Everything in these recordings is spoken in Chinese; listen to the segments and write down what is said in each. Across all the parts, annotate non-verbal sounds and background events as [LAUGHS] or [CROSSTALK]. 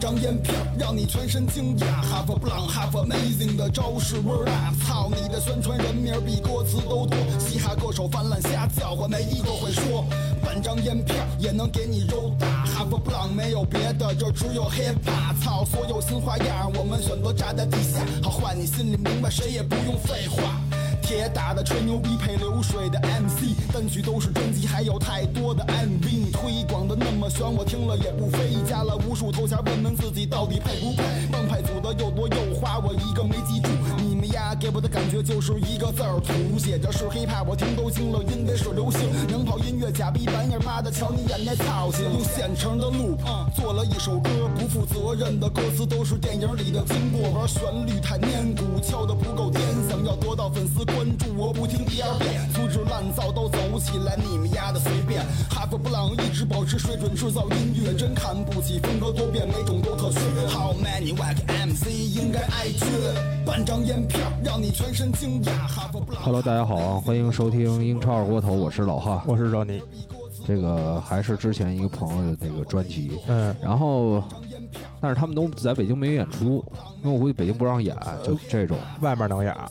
张烟票，让你全身惊讶。Half blank, half amazing 的招式 word up，操你的宣传人名比歌词都多。嘻哈歌手泛滥瞎叫唤，没一个会说。半张烟票也能给你揉大，Half blank 没有别的，这只有 hip hop。操，所有新花样我们选择扎在地下，好坏你心里明白，谁也不用废话。铁打的吹牛逼配流水的 MC，单曲都是专辑，还有太多的 MV。你推广的那么玄，我听了也不飞。加了无数头衔，问问自己到底配不配？帮派组的又多又花，我一个没记住。你们呀，给我的感觉就是一个字儿土，写着是 hiphop，我听都惊了，因为是流行。能跑音乐假逼玩意儿，妈的瞧你演那操性。用现成的路做了一首歌，不负责任的歌词都是电影里的经过，玩旋律太粘骨，敲的不够颠，想要得到粉丝。关注我不听第二遍，粗制滥造都走起来，你们丫的随便。哈佛布朗一直保持水准制造音乐，真看不起风格多变，每种都特缺。How many whack MC 应该挨撅，半张烟票让你全身惊讶。哈佛布朗。 Hello，大家好啊，欢迎收听英超二锅头，我是老哈。我是 Johnny，这个还是之前一个朋友的那个专辑，嗯，然后，但是他们都在北京没演出，因为我估计北京不让演，就这种，外面能演啊？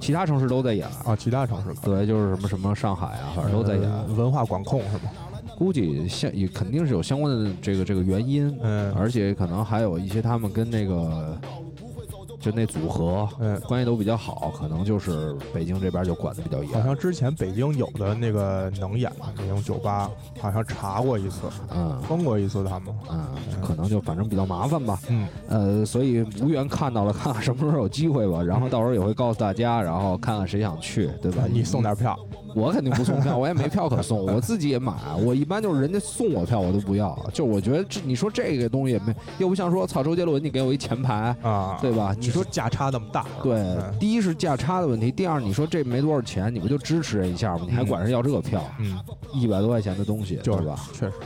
其他城市都在演。啊其他城市可对，就是什么什么上海啊，反正都在演。呃文化管控是吗？估计相也肯定是有相关的这个这个原因，嗯而且可能还有一些他们跟那个就那组合，嗯关系都比较好，可能就是北京这边就管的比较好严，像之前北京有的那个能演的那种酒吧，好像查过一次，嗯封过一次他们。嗯，可能就反正比较麻烦吧，啊嗯，呃，所以无缘看到了，看看什么时候有机会嗯吧，然后到时候也会告诉大家，然后看看谁想去，对吧？嗯你送点票，我肯定不 [LAUGHS] 送票，我也没票可送，我自己也买。我一般就是人家送我票，我都不要。就我觉得这你说这个东西也没，又不像说操周杰伦，你给我一前排啊对吧？你你说说价差那么大，对嗯，第一是价差的问题，第二你说这没多少钱，你不就支持人一下吗？你还管人要这个票，嗯，一百多块钱的东西，就是对吧？确实，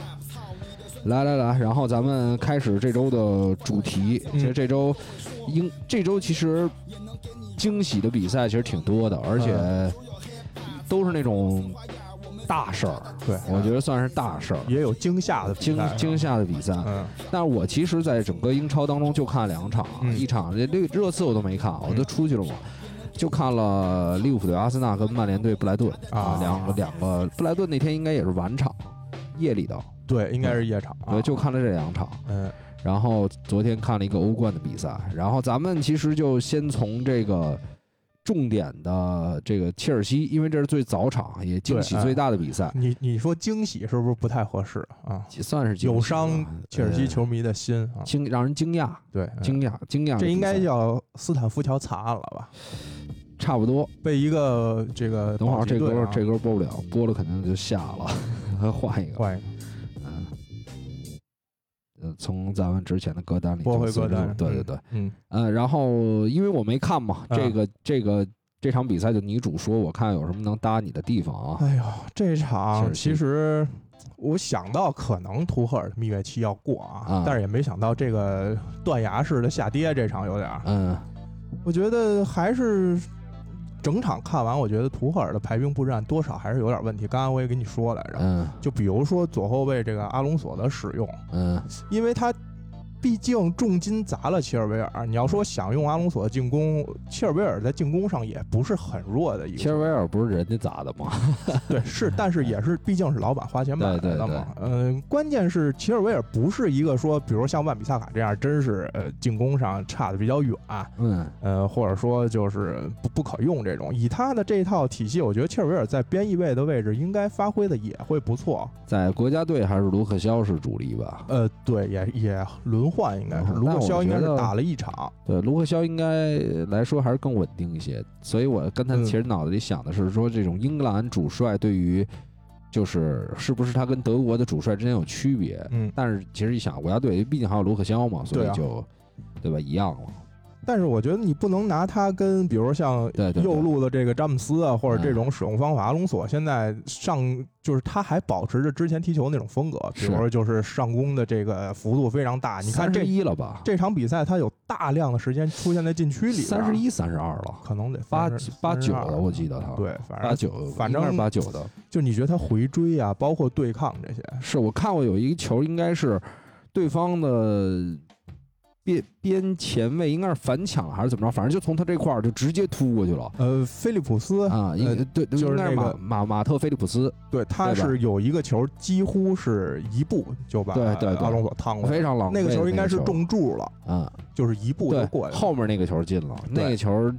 来来来，然后咱们开始这周的主题。嗯其实这周英这周其实惊喜的比赛其实挺多的，而嗯且都是那种大事儿。对我觉得算是大事儿，也有惊吓的惊比赛惊，吓的比赛。嗯但是我其实，在整个英超当中就看两场，嗯一场这这热刺我都没看，我都出去了嘛。就看了利物浦对阿森纳跟曼联对布莱顿啊两个两个布莱顿那天应该也是晚场，夜里头，对，应该是夜场啊，对，就看了这两场。嗯然后昨天看了一个欧冠的比赛，然后咱们其实就先从这个重点的这个切尔西，因为这是最早场也惊喜对哎最大的比赛，你你说惊喜是不是不太合适啊？也算是惊喜有吧伤切尔西呃球迷的心啊，惊让人惊讶，对，嗯惊讶，惊讶的比赛，这应该叫斯坦福桥惨案了吧？差不多。被一个这个等会保儿级这队歌啊这歌播不了，播了肯定就下了， [LAUGHS] 换一个，换一个嗯，呃，从咱们之前的歌单里拨回就歌单，对对对，嗯，呃，然后因为我没看嘛，嗯这个这个这场比赛就你主说，我看有什么能搭你的地方啊？哎呦，这切场尔西其实我想到可能图赫尔蜜月期要过啊啊，但是也没想到这个断崖式的下跌，这场有点儿，嗯，我觉得还是。整场看完，我觉得图赫尔的排兵布阵多少还是有点问题。刚刚我也跟你说来着，嗯就比如说左后卫这个阿隆索的使用，嗯因为他毕竟重金砸了切尔维尔。你要嗯说想用阿隆索的进攻，切尔维尔在进攻上也不是很弱的一个。切尔维尔不是人家砸的吗？ [LAUGHS] 对是，但是也是毕竟是老板花钱买来对对的嘛。嗯、关键是切尔维尔不是一个说，比如像万比萨卡这样，真是呃进攻上差的比较远，嗯呃或者说就是不不可用这种。以他的这套体系，我觉得切尔维尔在边翼位的位置应该发挥的也会不错。在国家队还是卢克肖是主力吧？呃，对，也也轮换应该是，嗯卢那克我肖应该觉是得打了一场。对，卢克肖应该来说还是更稳定一些，所以我刚才嗯其实脑子里想的是说，这种英格兰主帅对于就是是不是他跟德国的主帅之间有区别？嗯，但是其实一想，国家队毕竟还有卢克肖嘛，所对以啊就对吧一样了。但是我觉得你不能拿他跟，比如像对嗯对对右路的这个詹姆斯啊，或者这种使用方法，阿隆索现在上就是他还保持着之前踢球那种风格，比是如说就是上攻的这个幅度非常大。啊你看这一了吧？这场比赛，他有大量的时间出现在禁区里，三十，一、三十二了，可能得八30八九32了，我记得他对，反八正九，反正应该是八九的。就你觉得他回追啊，包括对抗这些，是我看过有一个球，应该是对方的边边前卫应该是反抢还是怎么着，反正就从他这块儿就直接突过去了呃，菲利普斯，啊，应呃对，就是应该是那马个马马特菲利普斯，对，他对吧是有一个球几乎是一步就把对对对阿隆索趟过去，非常狼狈的哦那那个个球应该是中柱了，球啊，就是一步就对过，去了。后面那个球进了，那个球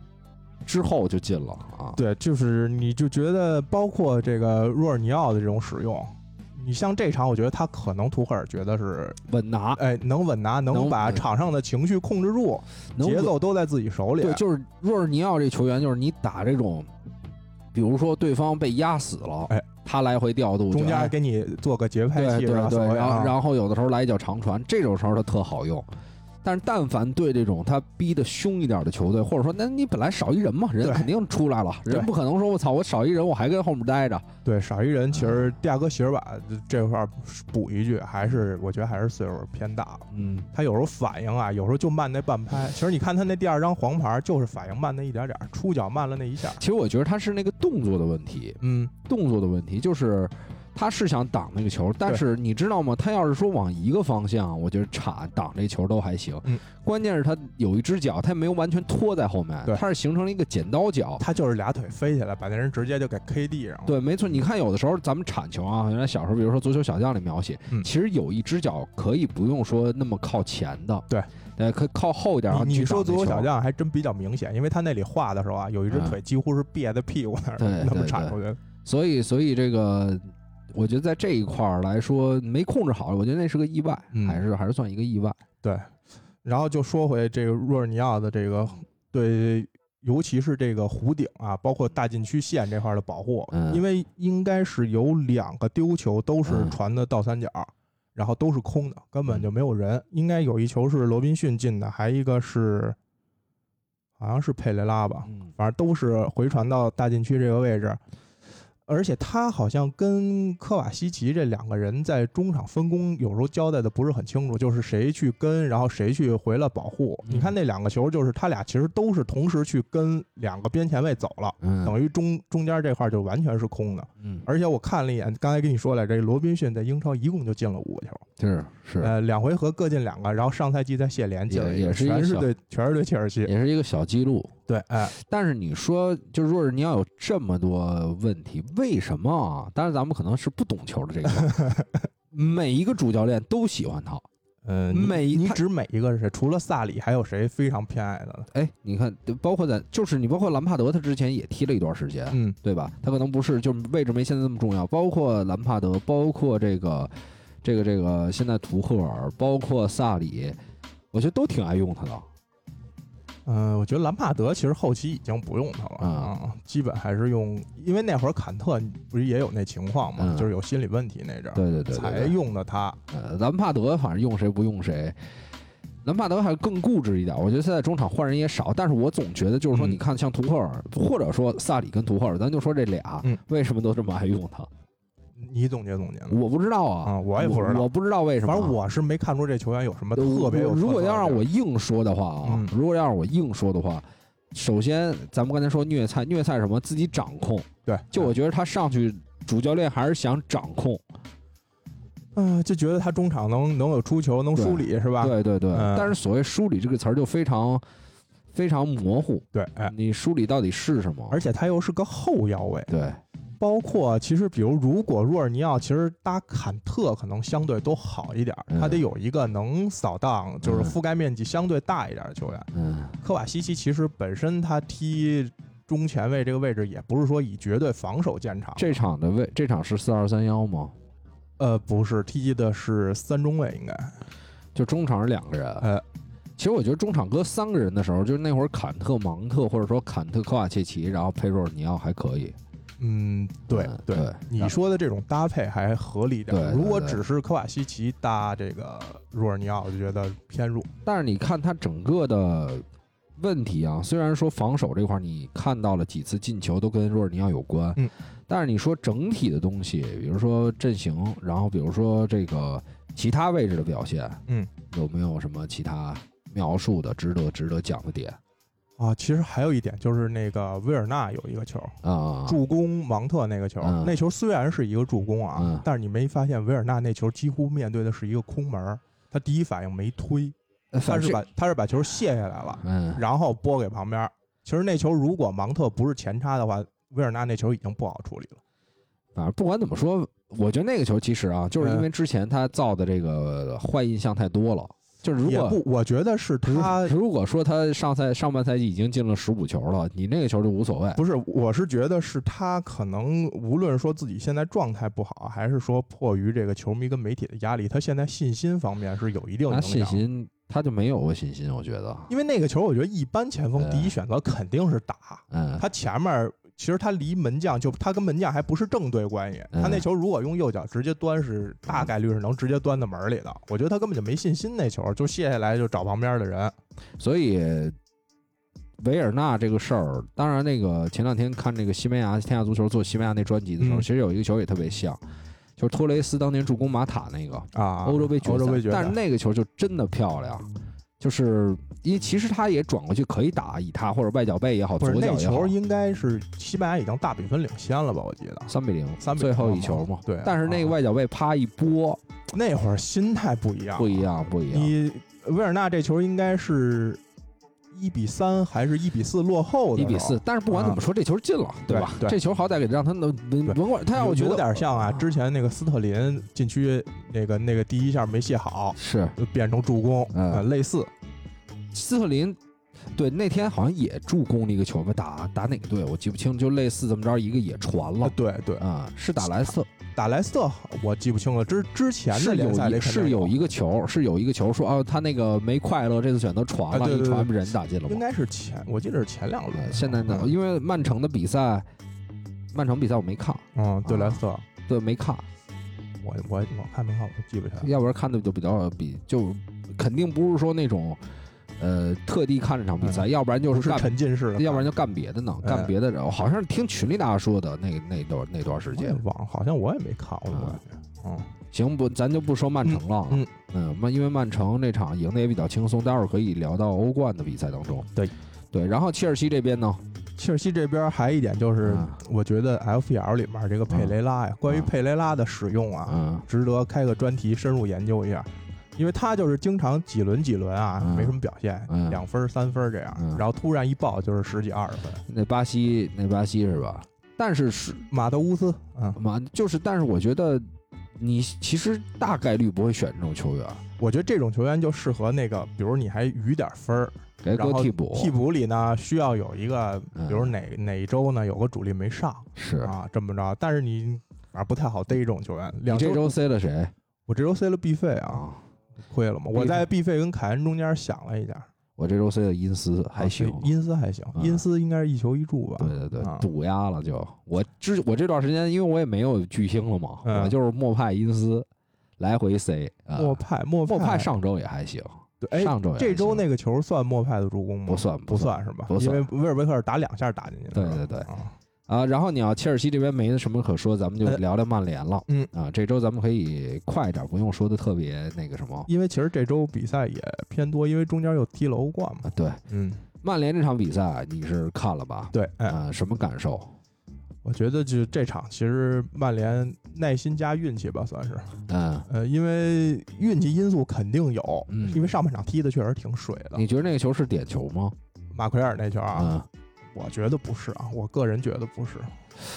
之后就进了啊，对，就是你就觉得包括这个若尔尼奥的这种使用，你像这场，我觉得他可能图赫尔觉得是，稳拿，哎，能稳拿，能能把稳场上的情绪控制住，能节稳奏都在自己手里。啊对，就是若尔尼奥这球员，就是你打这种，比如说对方被压死了，哎，他来回调度，中就哎间给你做个节拍对器，对是吧？对，所谓然啊后然后有的时候来一脚长传，这种时候他特好用。但是但凡对这种他逼的凶一点的球队，或者说那你本来少一人嘛，人对肯定出来了，人对不可能说我操我少一人我还跟后面待着，对少一人，其实蒂亚戈席尔瓦这块儿补一句，还是我觉得还是岁数偏大了。嗯，他有时候反应啊，有时候就慢那半拍。其实你看他那第二张黄牌，就是反应慢那一点点儿，出脚慢了那一下。其实我觉得他是那个动作的问题，嗯，动作的问题就是。他是想挡那个球，但对是你知道吗？他要是说往一个方向，我觉得铲挡这球都还行。嗯关键是他有一只脚，他没有完全拖在后面对，他是形成了一个剪刀脚。他就是俩腿飞起来，把那人直接就给 K 地上了。对，没错。你看，有的时候咱们铲球啊，原来小时候，比如说足球小将里描写，嗯其实有一只脚可以不用说那么靠前的，对，呃，可以靠后一点儿你去你说挡足那球小球，将还真比较明显，因为他那里画的时候啊，有一只嗯腿几乎是别在屁股那儿对对那么对铲出去的。所以，所以这个，我觉得在这一块儿来说没控制好，我觉得那是个意外，嗯还是还是算一个意外。然后就说回这个若尔尼奥的这个对，尤其是这个弧顶啊，包括大禁区线这块儿的保护，嗯因为应该是有两个丢球都是嗯传的倒三角，然后都是空的，根本就没有人。应该有一球是罗宾逊进的，还一个是好像是佩雷拉吧，嗯，反正都是回传到大禁区这个位置。而且他好像跟科瓦西奇这两个人在中场分工有时候交代的不是很清楚，就是谁去跟，然后谁去回来保护。嗯你看那两个球，就是他俩其实都是同时去跟两个边前卫走了，嗯等于中中间这块就完全是空的。嗯，而且我看了一眼，刚才跟你说了，这罗宾逊在英超一共就进了五个球，是是，呃，两回合各进两个，然后上赛季在谢联进了也一个也是一个全是小对，全是对切尔西。也是一个小记录。对，哎，但是你说，就是若是你要有这么多问题，为什么啊？当然，咱们可能是不懂球的这一块， [LAUGHS] 每一个主教练都喜欢他。嗯，你每你他指每一个是谁？除了萨里，还有谁非常偏爱的呢？哎，你看，包括咱，就是你包括兰帕德，他之前也踢了一段时间，嗯，对吧？他可能不是，就是位置没现在这么重要。包括兰帕德，包括这个，这个，这个，现在图赫尔，包括萨里，我觉得都挺爱用他的。嗯，我觉得兰帕德其实后期已经不用他了啊啊，基本还是用，因为那会儿坎特不是也有那情况嘛，嗯就是有心理问题那阵儿对对对对才对，用的他。呃，兰帕德反正用谁不用谁。兰帕德还更固执一点，我觉得现在中场换人也少，但是我总觉得就是说，嗯你看像图赫尔，或者说萨里跟图赫尔，咱就说这俩，嗯为什么都这么爱用他？你总结总结呢？我不知道啊，啊，我也不知我道，不知道为什么，反正我是没看出这球员有什么特别有特色的地儿。如果要让我硬说的话啊嗯，如果要让我硬说的话，首先咱们刚才说虐菜，虐菜什么自己掌控，对，就我觉得他上去主教练还是想掌控，嗯，就觉得他中场能能有出球，能梳理是吧？对对对嗯。但是所谓梳理这个词儿就非常非常模糊，对，哎，你梳理到底是什么？而且他又是个后腰位，对，包括其实，比如如果若尔尼奥其实搭坎特可能相对都好一点儿，嗯他得有一个能扫荡，就是嗯覆盖面积相对大一点的球员。嗯，科瓦西奇其实本身他踢中前卫这个位置，也不是说以绝对防守见长，这场的位这场是四二三幺吗？呃不是踢的是三中卫应该，就中场是两个人，呃其实我觉得中场搁三个人的时候，就是那会儿坎特、芒特，或者说坎特、科瓦切奇，然后佩若尔尼奥还可以。嗯对嗯对对，你说的这种搭配还合理一点儿。对对如果对只是科瓦西奇搭这个若尔尼奥，我就觉得偏弱。但是你看他整个的问题啊，虽然说防守这块儿你看到了几次进球都跟若尔尼奥有关，嗯，但是你说整体的东西，比如说阵型，然后比如说这个其他位置的表现，嗯，有没有什么其他描述的值得值得讲的点啊，其实还有一点就是那个维尔纳有一个球，啊？助攻芒特那个球，嗯那球虽然是一个助攻啊，嗯但是你没发现维尔纳那球几乎面对的是一个空门儿，他第一反应没推，呃他反是正把他是把球卸下来了，嗯然后拨给旁边儿。其实那球如果芒特不是前插的话，维尔纳那球已经不好处理了。反正不管怎么说，我觉得那个球其实啊，就是嗯因为之前他造的这个坏印象太多了。就是如也果不，我觉得是如他如果说他上赛上半赛季已经进了十五球了，你那个球就无所谓。 [LAUGHS] 不是，我是觉得是他可能无论说自己现在状态不好，还是说迫于这个球迷跟媒体的压力，他现在信心方面是有啊一定他影信响。心他就没有过信心，我觉得。因为那个球，我觉得一般前锋对第一选择肯定是打，嗯，他前面儿其实他离门将就他跟门将还不是正对关系，嗯他那球如果用右脚直接端是大概率是能直接端到门里的。我觉得他根本就没信心，那球就卸下来就找旁边的人。所以维尔纳这个事儿，当然那个前两天看那个西班牙天下足球做西班牙那专辑的时候，嗯其实有一个球也特别像，就是托雷斯当年助攻马塔那个啊，欧洲杯决赛，欧洲杯决但赛是，那个球就真的漂亮。就是因为其实他也转过去可以打以他或者外脚背也好，不左是那脚也好球，应该是西班牙已经大比分领先了吧？我记得三比零， 3-0最后一球嘛。对啊但是那个外脚背啪一拨，那会儿心态不一样，不一。样，不一样。你维尔纳这球应该是一比三还是一比四落后的？一比四，，但是不管怎么说，这球进了，对吧？对这球好歹给让他能甭对管他让我觉得有点像啊，之前那个斯特林禁区那个那个第一下没卸好，是就变成助攻，嗯呃类似。斯特林，对那天好像也助攻了一个球吧，打打哪个队我记不清，就类似这么着一个也传啊了，对对，啊、是打莱斯特，打莱斯特我记不清了，之之前的是有联赛里一肯定是有一个球是有一个球说哦他那个没快乐，这次选择传了，啊对对一传对人打进了应吗？该是前，我记得是前两轮呃。现在呢，嗯因为曼城的比赛，曼城比赛我没看，嗯，对啊莱斯特，对没看，我我我看没看我都记不起来。要不然看的就比较比就肯定不是说那种。呃，特地看这场比赛，要不然就嗯不是是干沉浸式的看，要不然就干别的呢，哎干别的人。我好像是听群里大家说的那那段那段时我也间。忘了，好像我也没看过，啊我感觉。嗯，行不，咱就不说曼城了。嗯嗯，曼、因为曼城那场赢的也比较轻松，待会儿可以聊到欧冠的比赛当中。对对，然后切尔西这边呢，切尔西这边还一点就是啊，我觉得 FPL 里面这个佩雷拉呀，关于佩雷拉的使用啊，嗯，值得开个专题深入研究一下，因为他就是经常几轮几轮啊，嗯没什么表现，嗯两分儿三分儿这样，嗯然后突然一爆就是十几二十分。那巴西那巴西是吧？但是是马德乌斯，嗯，嘛，就是但是我觉得你其实大概率不会选这种球员我觉得这种球员就适合那个，比如你还余点分儿，给然哥后替补，替补里呢需要有一个，嗯比如哪、哪一周呢有个主力没上是。啊，这么着，但是你反正不太好逮这种球员。你两这周塞了谁我这周塞了 B 费啊，啊？亏了吗？费我在 B 费跟凯恩中间想了一下，我这周塞了因斯，还行。啊因斯还行，嗯因斯应该是一球一助吧？对对对，啊堵压了就。我之我这段时间，因为我也没有巨星了嘛，嗯我就是莫派因斯来回塞。啊莫派，莫莫派派上周也还行，对哎，上周也还这周行那个球算莫派的助攻吗？不算不不算算是吧？不因算为威尔维克尔打两下打进去的是吧。对对对啊啊。然后你要切尔西这边没什么可说，咱们就哎聊聊曼联了。嗯啊，这周咱们可以快点，不用说的特别那个什么。因为其实这周比赛也偏多，因为中间又踢了欧冠嘛。啊，对，嗯，曼联这场比赛你是看了吧？对，哎，啊，什么感受？我觉得就这场其实曼联耐心加运气吧，算是。嗯，呃，因为运气因素肯定有，嗯因为上半场踢的确实挺水的你。觉得那个球是点球吗？马奎尔那球啊，啊，我觉得不是啊，我个人觉得不是，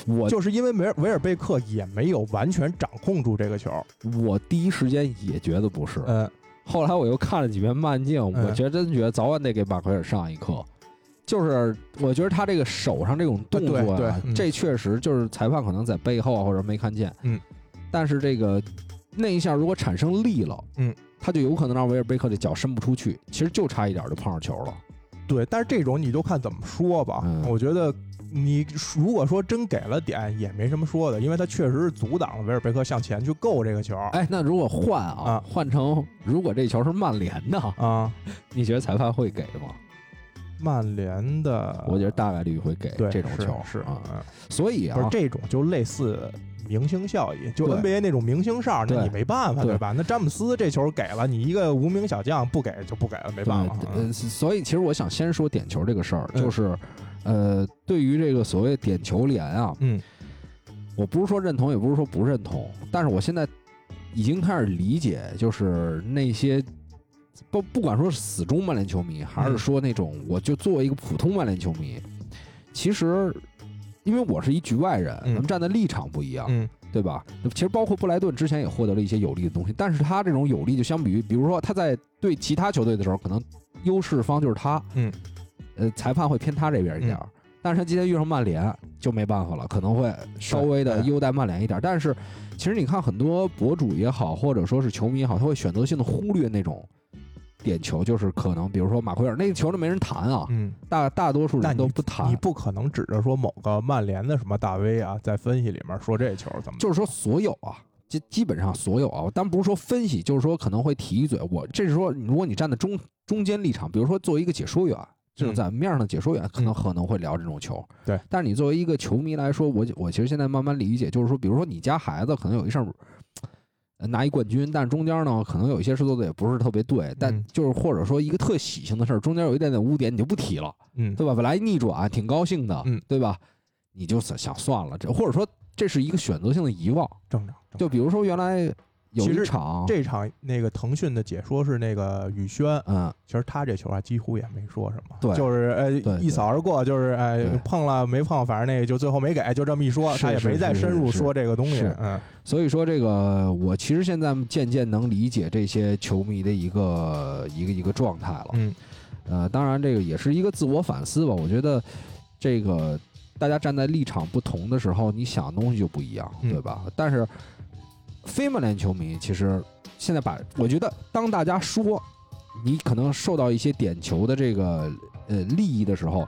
我就是因为梅尔维尔贝克也没有完全掌控住这个球。我第一时间也觉得不是。嗯，后来我又看了几遍慢镜，嗯我觉得真觉得早晚得给马奎尔上一课。就是我觉得他这个手上这种动作、啊啊对对嗯这确实就是裁判可能在背后啊或者没看见，嗯，但是这个那一下如果产生力了，嗯，他就有可能让维尔贝克的脚伸不出去，其实就差一点就碰上球了。啊对，但是这种你就看怎么说吧。嗯我觉得你如果说真给了点，也没什么说的，因为他确实是阻挡了维尔贝克向前去够这个球。哎，那如果换啊，啊换成如果这球是曼联的，啊，你觉得裁判会给吗？呃曼联的，我觉得大概率会给对这种球是是啊，嗯所以啊不是，这种就类似明星效应，就对 NBA 那种明星哨，那对你没办法对对吧？那詹姆斯这球给了你一个无名小将，不给就不给了，没对，办法。嗯呃，所以其实我想先说点球这个事儿，嗯就是，呃，对于这个所谓点球联啊，嗯，我不是说认同，也不是说不认同，但是我现在已经开始理解，就是那些不不管说是死忠曼联球迷，还嗯是说那种我就作为一个普通曼联球迷，其实因为我是一局外人，咱嗯们站的立场不一样，嗯对吧？那其实包括布莱顿之前也获得了一些有利的东西，但是他这种有利就相比于，比如说他在对其他球队的时候，可能优势方就是他，嗯，呃，裁判会偏他这边一点儿。但是他今天遇上曼联就没办法了，可能会稍微的对优待曼联一点儿。但是其实你看，很多博主也好，或者说是球迷也好，他会选择性的忽略那种点球，就是可能比如说马奎尔那个球都没人谈啊，嗯，大大多数那人都不谈。你不可能指着说某个曼联的什么大 V 啊，在分析里面说这球怎么就是说所有啊，基基本上所有啊，当然不是说分析，就是说可能会提一嘴。我这是说，如果你站在中中间立场，比如说作为一个解说员，就是在面上的解说员，可能嗯可能会聊这种球。对但是你作为一个球迷来说，我我其实现在慢慢理解，就是说，比如说你家孩子可能有一事儿。呃拿一冠军，但是中间呢，可能有一些事做的也不是特别对，但嗯就是或者说一个特喜庆的事儿，中间有一点点污点，你就不提了。嗯对吧？本来逆转挺高兴的，嗯对吧？你就想想算了，这或者说这是一个选择性的遗忘。正常。正常就比如说原来有其一实场，这场那个腾讯的解说是那个宇轩，嗯，其实他这球啊几乎也没说什么，对就是呃对一扫而过，就是哎对碰了没碰，反正那个就最后没给，就这么一说，是他也是没再是深入是说这个东西是，嗯所以说这个我其实现在渐渐能理解这些球迷的一个一个一个状态了。嗯呃，当然这个也是一个自我反思吧。我觉得这个大家站在立场不同的时候，你想的东西就不一样，嗯对吧？但是非曼联球迷其实现在把，我觉得当大家说你可能受到一些点球的这个呃利益的时候。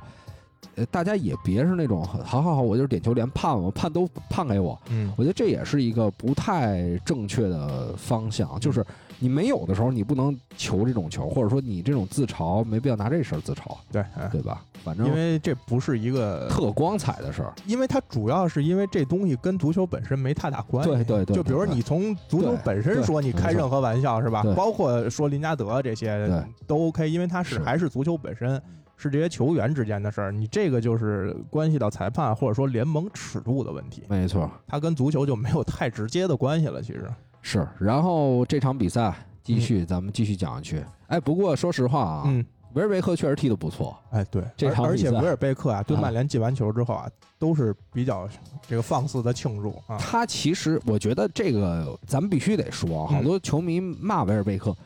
呃，大家也别是那种好好好，我就是点球连判我判都判给我，嗯我觉得这也是一个不太正确的方向，啊就是你没有的时候，你不能求这种球，或者说你这种自嘲没必要拿这事儿自嘲，对，嗯对吧？反因正为这不是一个特光彩的事儿，因为它主要是因为这东西跟足球本身没太大关系。对对对就比如对你从足球对本身说，你开任何玩笑是吧对？包括说林加德这些对都 OK，因为它是是还是足球本身。是这些球员之间的事儿，你这个就是关系到裁判或者说联盟尺度的问题，没错，它跟足球就没有太直接的关系了。其实，是。然后这场比赛继续，咱们继续讲下去。哎，不过说实话啊，嗯，维尔维克确实踢得不错，哎，对，这场而而且比赛维尔贝克啊，对啊曼联进完球之后啊，都是比较这个放肆的庆祝啊，他其实我觉得这个咱们必须得说，啊嗯好多球迷骂维尔贝克，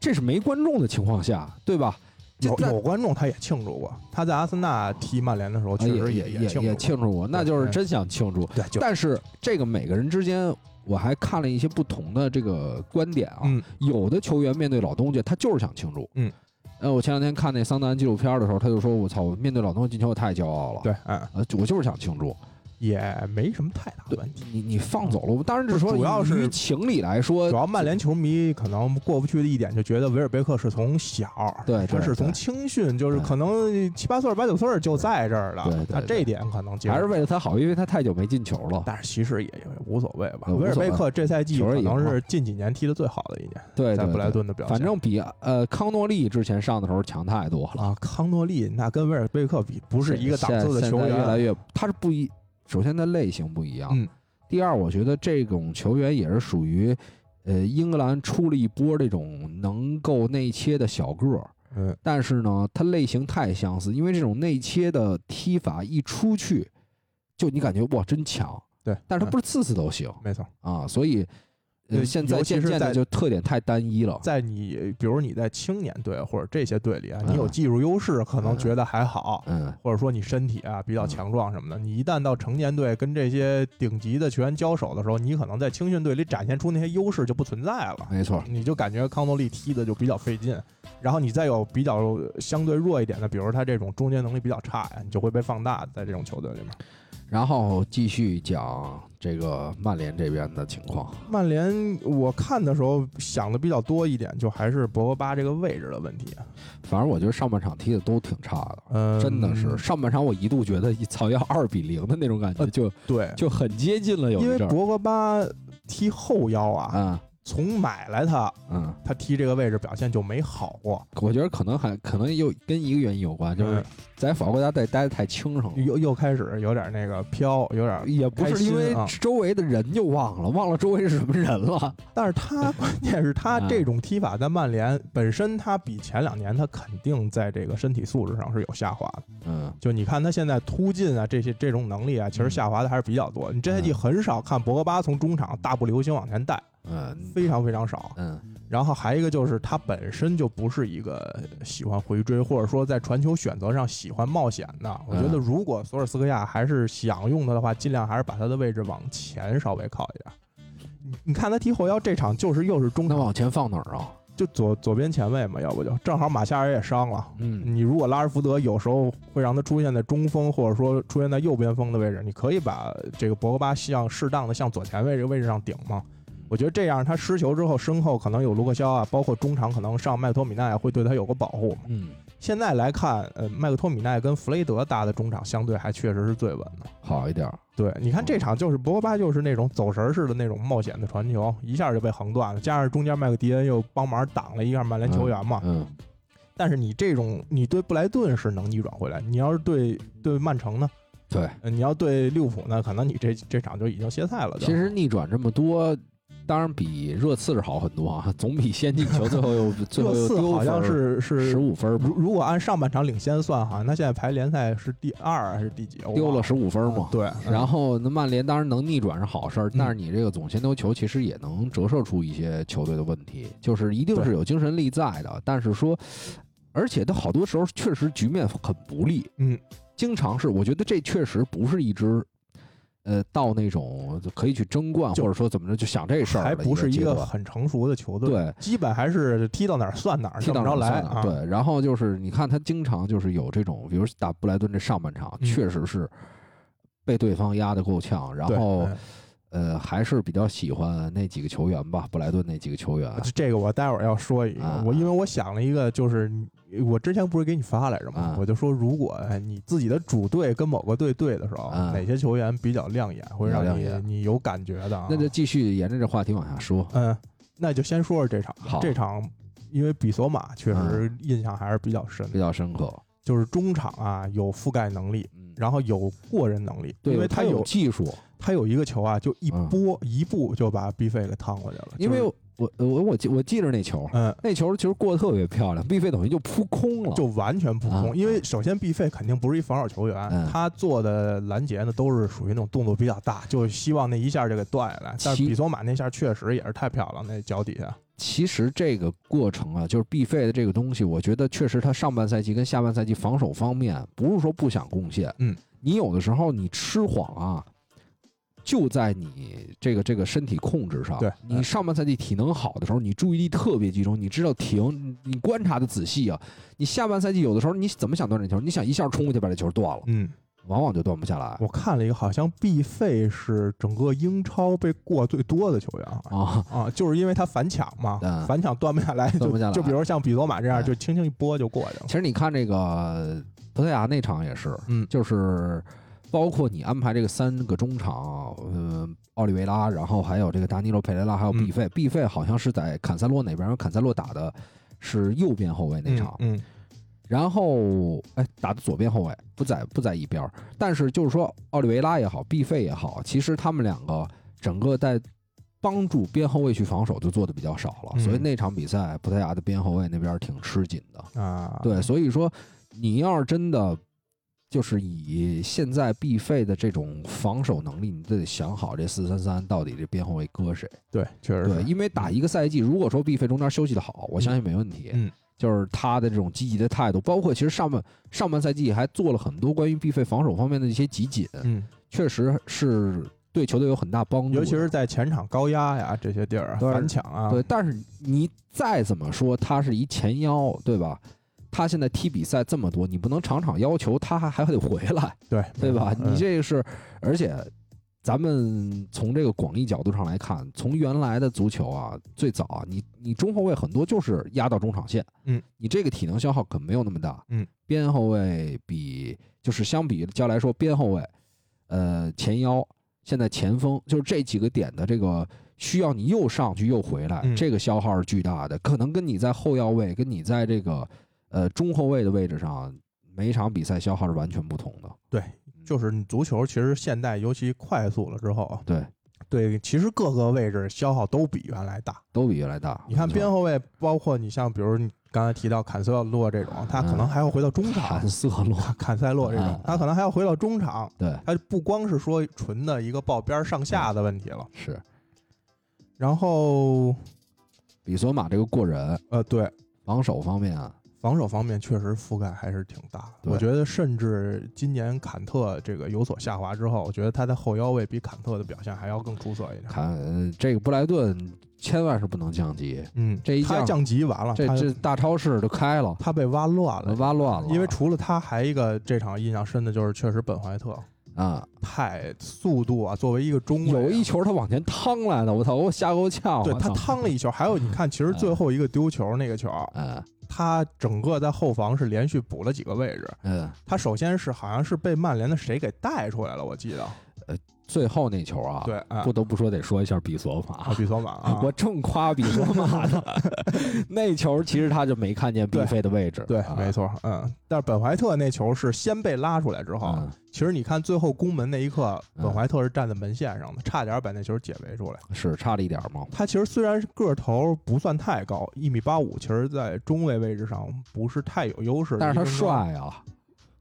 这是没观众的情况下，对吧？有在有观众他也庆祝过，他在阿森纳踢曼联的时候，啊确实也也也庆祝庆过。哎祝过，那就是真想庆祝。对，就但是这个每个人之间，我还看了一些不同的这个观点啊。嗯有的球员面对老东家，他就是想庆祝。嗯，呃，我前两天看那桑德兰纪录片的时候，他就说：“我操，我面对老东家进球，我太骄傲了。”对，嗯，呃，我就是想庆祝。也没什么太大对问题。你你放走了，我当然就是说，主要是于情理来说主，要曼联球迷可能过不去的一点，就觉得维尔贝克是从小，对对他是从对青训，就是对可能七八岁儿、八九岁儿就在这儿对对了，对他这点可能接受还是为了他好，因为他太久没进球了。但是其实也也无所谓吧。呃无维尔所谓贝克这赛季球儿可也能赢是近几年踢的最好的一年，对，在对布莱对顿的表现。反正比呃康诺利之前上的时候强太多了。啊，康诺利那跟维尔贝克比不是一个档次的球现在员，啊越来越他是不一。首先，他类型不一样。嗯第二，我觉得这种球员也是属于，呃，英格兰出了一波这种能够内切的小个儿，嗯但是呢，他类型太相似，因为这种内切的踢法一出去，就你感觉哇真强，对，但是他嗯不是次次都行没错。啊，所以，呃，对现尤在其渐是渐的在就特点太单一了。在你比如你在青年队或者这些队里啊，嗯你有技术优势，可能嗯觉得还好，嗯，或者说你身体啊比较嗯强壮什么的。你一旦到成年队跟这些顶级的球员交手的时候，你可能在青训队里展现出那些优势就不存在了。没错，你就感觉康诺利踢的就比较费劲，然后你再有比较相对弱一点的，比如他这种终结能力比较差呀，你就会被放大在这种球队里面。然后继续讲这个曼联这边的情况。曼联我看的时候想的比较多一点，就还是博格巴这个位置的问题。反正我觉得上半场踢的都挺差的，嗯，真的是上半场我一度觉得一操要二比零的那种感觉，呃就对，就很接近了有因为一阵儿博格巴踢后腰啊，啊，从买来他，嗯，他踢这个位置表现就没好过，我觉得可能还可能又跟一个原因有关，就是嗯在法国国家队待的太轻省了。又又开始有点那个飘，有点。也不开是心因为啊周围的人就忘了，忘了周围是什么人了。但是他关键是他嗯这种踢法在曼联本身，他比前两年他肯定在这个身体素质上是有下滑的。 [LAUGHS] 嗯，就你看他现在突进啊这些这种能力啊，其实下滑的还是比较多。你这赛季嗯很少看博格巴从中场大步流星往前带，嗯非常非常少。嗯然后还一个就是他本身就不是一个喜欢回追，或者说在传球选择上喜欢冒险嗯的。我觉得如果索尔斯克亚还是想用他的话，尽量还是把他的位置往前稍微靠一点。你你看他踢后腰这场就是又是中那场，往前放哪儿啊？就左左边前卫嘛，要不就正好马夏尔也伤了。嗯你如果拉什福德有时候会让他出现在中锋，或者说出现在右边锋的位置，你可以把这个博格巴向适当的向左前卫这个位置上顶嘛。我觉得这样他失球之后，身后可能有卢克肖啊，包括中场可能上麦克托米奈会对他有个保护。嗯，现在来看，呃，麦克托米奈跟弗雷德搭的中场相对还确实是最稳的。好一点儿。对，你看这场就是博格巴就是那种走神儿式的那种冒险的传球，一下就被横断了，加上中间麦克迪恩又帮忙挡了一下曼联球员嘛，嗯但是你这种，你对布莱顿是能逆转回来，你要是对对曼城呢，对，呃你要对利物浦呢，可能你这这场就已经歇菜了。就其实逆转这么多，当然比热刺是好很多啊，总比先进球最后 [LAUGHS] 又最后热又刺丢好像是十是，五分儿吧如，如果按上半场领先算哈，那现在排联赛是第二还是第几？我忘丢了十五分儿嘛。对，嗯然后那曼联当然能逆转是好事儿，但是你这个总先丢球其实也能折射出一些球队的问题，就是一定是对有精神力在的，但是说，而且他好多时候确实局面很不利，嗯，经常是我觉得这确实不是一支。呃，到那种可以去争冠，就或者说怎么着，就想这事儿还的不是一阶个段很成熟的球队，对，基本还是踢到哪儿算哪儿，踢怎到么哪着儿来算哪儿啊？，对，然后就是你看他经常就是有这种，比如打布莱顿这上半场，嗯确实是被对方压得够呛，然对后嗯呃还是比较喜欢那几个球员吧，布莱顿那几个球员。这这个我待会儿要说一啊个，我因为我想了一个，就是你我之前不是给你发来着啊吗？我就说，如果哎你自己的主队跟某个队对的时候，啊哪些球员比较亮眼，会让比较你亮眼你有感觉的啊？那就继续沿着这话题往下说。嗯，那就先说说这场吧好，啊这场因为比索马确实印象还是比较深比的，较深刻，就是中场啊有覆盖能力，嗯，然后有过人能力，对，因为他他有技术，他有一个球啊，就一嗯波一步就把 B 费给趟过去了，因为就是我我我我记我记着那球，嗯。那球其实过得特别漂亮，毕费等于就扑空了，就完全扑啊空，因为首先毕费肯定不是一防守球员，嗯他做的拦截呢都是属于那种动作比较大，就希望那一下就给断下来。但是其比索马那下确实也是太漂亮，那脚底下，其实这个过程啊，就是必费的这个东西，我觉得确实他上半赛季跟下半赛季防守方面不是说不想贡献，嗯，你有的时候你吃谎啊，就在你这个这个身体控制上。对你上半赛季体能好的时候，你注意力特别集中，你知道停，你观察的仔细啊。你下半赛季有的时候你怎么想断这球，你想一下冲过去把这球断了，嗯，往往就断不下来我看了一个，好像毕费是整个英超被过最多的球员啊。啊。啊，就是因为他反抢嘛，嗯反抢断不下来，断不下来就就比如像比索马这样，嗯就轻轻一拨就过去了其。实你看这个葡萄牙那场也是，嗯就是包括你安排这个三个中场，嗯、奥利维拉，然后还有这个达尼洛佩雷拉，还有嗯毕费，毕费好像是在坎塞洛那边，然后坎塞洛打的是右边后卫那场，嗯，嗯然后哎打的左边后卫，不在不在一边儿，但是就是说奥利维拉也好，毕费也好，其实他们两个整个在。帮助边后卫去防守就做的比较少了，嗯所以那场比赛葡萄牙的边后卫那边儿挺吃紧的。啊，对，所以说你要是真的就是以现在必费的这种防守能力，你就得想好这四三三到底这边后卫搁谁。对，确实对，是，因为打一个赛季，如果说必费中间休息的好，我相信没问题。嗯，就是他的这种积极的态度，包括其实上半上半赛季还做了很多关于必费防守方面的一些集锦，嗯，确实是对球队有很大帮助的，尤其是在前场高压呀这些地儿啊对反抢啊，对，但是你再怎么说，他是一前腰，对吧？他现在踢比赛这么多，你不能场场要求他还还得回来，对对吧？嗯你这个是，而且咱们从这个广义角度上来看，从原来的足球啊，最早啊你你中后卫很多就是压到中场线，嗯，你这个体能消耗可没有那么大，嗯，边后卫比就是相比较来说，边后卫，呃，前腰现在前锋就是这几个点的这个需要你又上去又回来，嗯这个消耗是巨大的。可能跟你在后腰位，跟你在这个呃中后卫的位置上，每一场比赛消耗是完全不同的。对，就是你足球其实现代尤其快速了之后啊，对，对，其实各个位置消耗都比原来大。都比原来大。你看没错边后卫，包括你像比如你刚才提到坎塞洛这种，他可能还要回到中场坎。瑟 [LAUGHS] 洛，坎塞洛这种嗯，他可能还要回到中场，对，他就不光是说纯的一个报边上下的问题了。是然后，比索马这个过人，呃，对，防守方面啊，防守方面确实覆盖还是挺大的。对我觉得，甚至今年坎特这个有所下滑之后，我觉得他在后腰位比坎特的表现还要更出色一点。看呃这个布莱顿千万是不能降级，嗯，这一他降降级完了，这啊他这大超市都开了，他被挖乱了，挖乱了，因为除了他，还一个这场印象深的就是确实本怀特啊，太速度啊，作为一个中卫啊，有一球他往前趟来的，我操，给我吓够呛，对我他操，趟了一球，还有你看，其实最后一个丢球那个球，嗯他整个在后防是连续补了几个位置。嗯，他首先是好像是被曼联的谁给带出来了，我记得。最后那球啊，对，哎不得不说得说一下比索马啊，。比索马 [LAUGHS] 啊，我正夸比索马呢， [LAUGHS] 那球其实他就没看见毕对费的位置，对啊，没，错，嗯。但是本怀特那球是先被拉出来之后，嗯，其实你看最后攻门那一刻，嗯本怀特是站在门线上的，差点把那球解围出来。是差了一点嘛，他其实虽然个头不算太高，一米八五，其实在中卫位置上不是太有优势。但是他一身高，帅啊，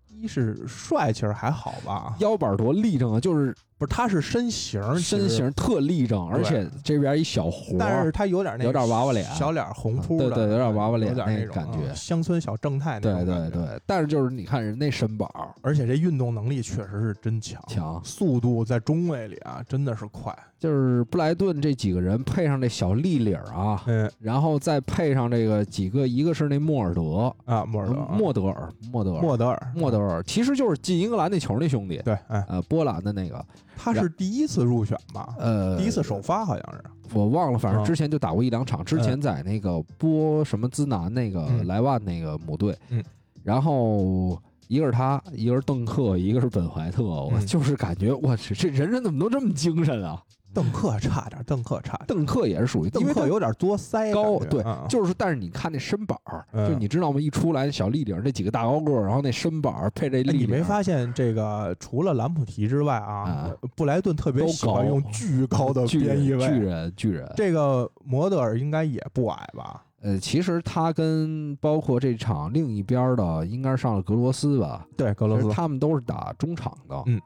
一是帅，其实还好吧。腰板多立正啊，就是不是，他是身形，身其实，形特立正，而对且这边一小活儿，但是他有点那个有点娃娃脸嗯小脸红扑对的，对有点娃娃脸有点那那种感觉嗯乡村小正太那对种对感觉。，对，但是就是你看人那身板儿而且这运动能力确实是真强，强，速度在中卫里啊真的是快。就是布莱顿这几个人配上这小立领儿啊，嗯然后再配上这个几个，一个是那莫尔德，啊，莫尔德，呃莫德尔，莫德尔，莫德尔，莫德尔，其实就是进英格兰那球那兄弟，对，哎，呃，波兰的那个，他是第一次入选吧？呃，第一次首发好像是。我忘了，反正嗯之前就打过一两场，之前在那个波什么兹南那个嗯莱万那个母队，嗯然后一个是他，一个是邓克，一个是本怀特，我嗯就是感觉我去，这人人怎么都这么精神啊？邓克差点，邓克差点，邓克也是属于，因邓为他克有点多腮高，感觉对嗯，就是，但是你看那身板儿，嗯就你知道吗？一出来小立领，这几个大高个儿，然后那身板儿配这哎立你领没发现这个除了兰普提之外啊，布莱顿特别都喜欢高用巨高的巨边翼人，巨位。人，巨人。这个摩德尔应该也不矮吧？呃，其实他跟包括这场另一边儿的，应该是上了格罗斯吧，对，格就是他们都是打中场的，嗯。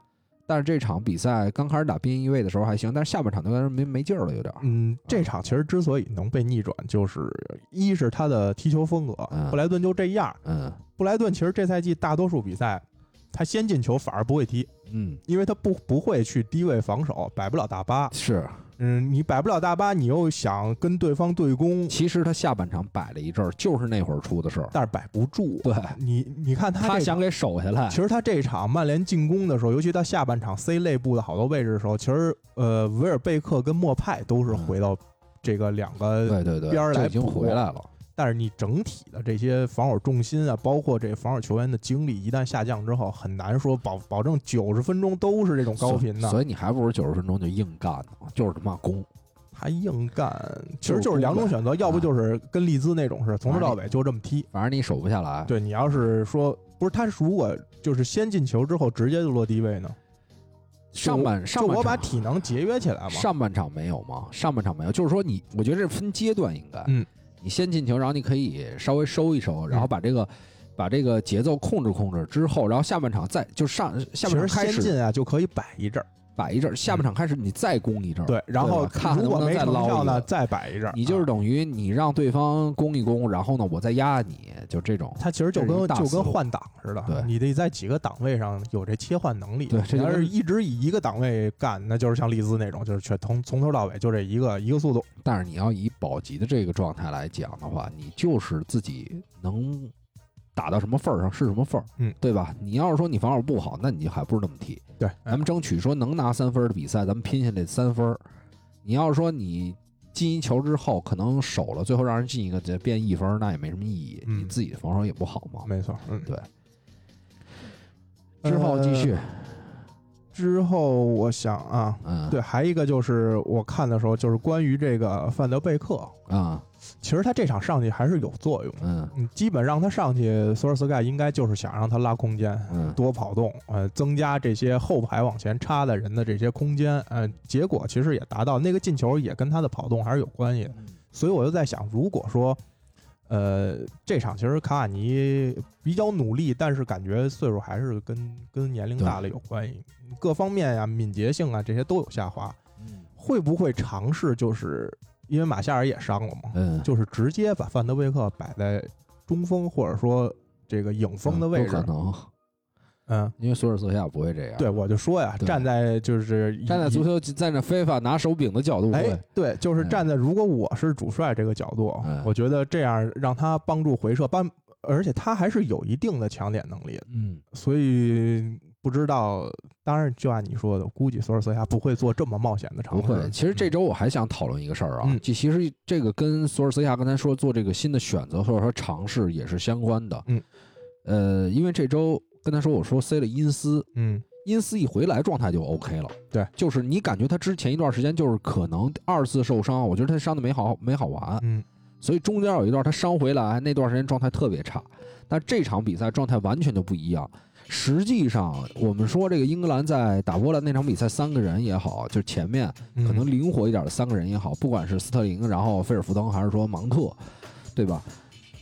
但是这场比赛刚开始打边翼位的时候还行，但是下半场对他没没劲儿了，有点儿。嗯，这场其实之所以能被逆转，就是一是他的踢球风格，嗯布莱顿就这样。嗯布莱顿其实这赛季大多数比赛，他先进球反而不会踢，嗯，因为他不不会去低位防守，摆不了大巴。是。嗯，你摆不了大巴，你又想跟对方对攻，其实他下半场摆了一阵儿，就是那会儿出的事儿。但是摆不住。对，你你看他他这想给守下来其。实他这场曼联进攻的时候，尤其到下半场 C 类部的好多位置的时候，其实呃，维尔贝克跟莫派都是回到这个两个，对对对，边儿就来已经补回来了。但是你整体的这些防守重心啊，包括这防守球员的精力一旦下降之后，很难说保保证九十分钟都是这种高所频以的。所以你还不如九十分钟就硬干呢，就是他妈攻。他硬干，其实就是就是攻两种呗选择，要不啊就是跟利兹那种是从头到反正尾就这么踢。反正你守不下来。，对你要是说不是他如果就是先进球之后直接就落地位呢，上半就上半我场把体能节约起来嘛。上半场没有吗？上半场没有，就是说你，我觉得这分阶段应该，嗯，你先进球，然后你可以稍微收一收，然后把这嗯个、把这个节奏控制控制之后，然后下半场再就上下其半实场开先始进啊就可以摆一阵儿，摆一阵儿，下半场开始你再攻一阵儿，对，然后吧看如能果不能没再成效捞一呢，个。再摆一阵儿。你就是啊等于你让对方攻一攻，然后呢，我再压你，就这种。他其实这就是一跟个大就思跟路换挡似的，对你得在几个档位上有这切换能力。对这你就要跟是一直以一个档位干，那就是像利兹那种，就是全从从头到尾就这一个一个速度。但是你要以保级的这个状态来讲的话，你就是自己能打到什么份儿上是什么份儿，嗯，对吧？你要是说你防守不好，那你就还不如那么踢。对，咱们争取说能拿三分儿的比赛，咱们拼下这三分儿。你要是说你进一球之后可能守了，最后让人进一个这变一分儿，那也没什么意义，嗯你自己的防守也不好嘛。没错，嗯，之后继续，之后我想啊，嗯，对，还有一个就是我看的时候，就是关于这个范德贝克，啊，其实他这场上去还是有作用的。嗯嗯，基本让他上去，索尔斯盖应该就是想让他拉空间，嗯多跑动，呃，增加这些后排往前插的人的这些空间，呃，结果其实也达到那个进球也跟他的跑动还是有关系的，嗯所以我就在想，如果说，呃，这场其实卡瓦尼比较努力，但是感觉岁数还是跟跟年龄大了有关系，各方面呀、敏捷性啊这些都有下滑，会不会尝试就是因为马夏尔也伤了嘛，嗯，就是直接把范德贝克摆在中锋或者说这个影锋的嗯位都置可，能，嗯因为索尔斯克亚不会这样。对，，我就说呀，啊对站在就是站在以足，球，站在非法拿手柄的角度哎会，，对，就是嗯站在如果我是主帅这个角度，嗯我觉得这样让他帮助回撤，帮而且他还是有一定的抢点能力的，嗯，所以不知道，当然就按你说的，估计索尔斯克亚不会做这么冒险的尝不试。会。其实这周我还想讨论一个事儿啊嗯，这其实这个跟索尔斯克亚刚才说做这个新的选择或者说尝试也是相关的。嗯，呃，因为这周跟他说我说塞了因斯，嗯，因斯一回来状态就 OK 了。对，就是你感觉他之前一段时间就是可能二次受伤，我觉得他伤的没好没好完，嗯所以中间有一段他伤回来那段时间状态特别差，但这场比赛状态完全就不一样。实际上，我们说这个英格兰在打波兰那场比赛，三个人也好，就是前面嗯，可能灵活一点的三个人也好，不管是斯特林，然后菲尔福登，还是说芒特，对吧？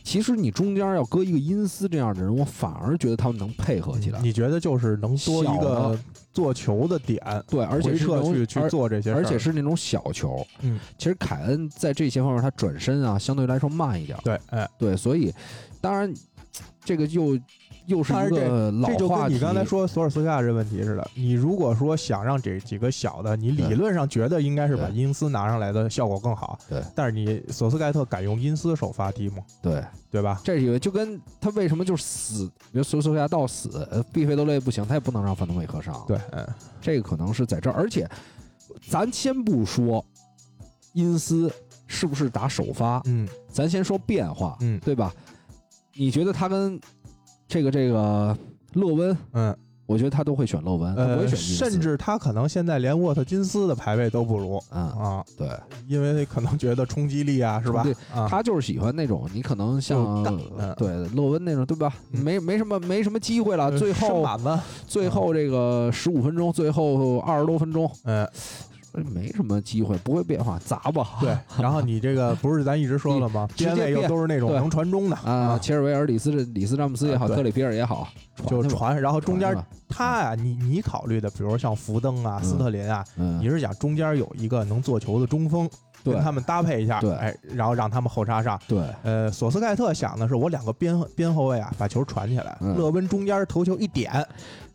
其实你中间要搁一个因斯这样的人，我反而觉得他们能配合起来。嗯你觉得就是能多一小个的做球的点，对，而且回是那撤种去去而做这些事儿，而且是那种小球。嗯，其实凯恩在这些方面他转身啊，相对来说慢一点。对，哎，对，所以当然这个又又是但一是个老这就话跟题。你刚才说索尔斯克亚这问题似的，你如果说想让这几个小的，你理对论上觉得应该是把对因斯拿上来的效果更好，对但是你索斯盖特敢用因斯首发踢吗？对，对吧？这是一个就跟他为什么就是死，比如索索亚到死，呃毕费德勒也不行，他也不能让范德韦克上。对，嗯这个可能是在这儿，而且咱先不说因斯是不是打首发，嗯咱先说变化，嗯对吧？你觉得他跟这个这个勒温，嗯，我觉得他都会选勒温，他不会呃，选因斯甚至他可能现在连沃特金斯的排位都不如嗯，啊，对，因为可能觉得冲击力啊，是吧对？啊，他就是喜欢那种你可能就像干嗯对勒温那种，对吧？嗯没没什么没什么机会了，呃嗯最身后板子，最后这个十五分钟，最后二十多分钟，嗯，没什么机会，不会变化，砸吧。 [LAUGHS] 对。然后你这个不是咱一直说了吗？直接边位又变都是那种对能传中的啊，，切尔维尔、里斯、里斯詹姆斯也好，啊对特里皮尔也好，就去吧传，然后中间传吧他呀、你你考虑的，比如像福登啊、嗯斯特林啊，嗯你，是想中间有一个能做球的中锋，对跟他们搭配一下，对哎，然后让他们后插上。对呃，索斯盖特想的是，我两个边边后卫啊，把球传起来，嗯勒温中间头球一点，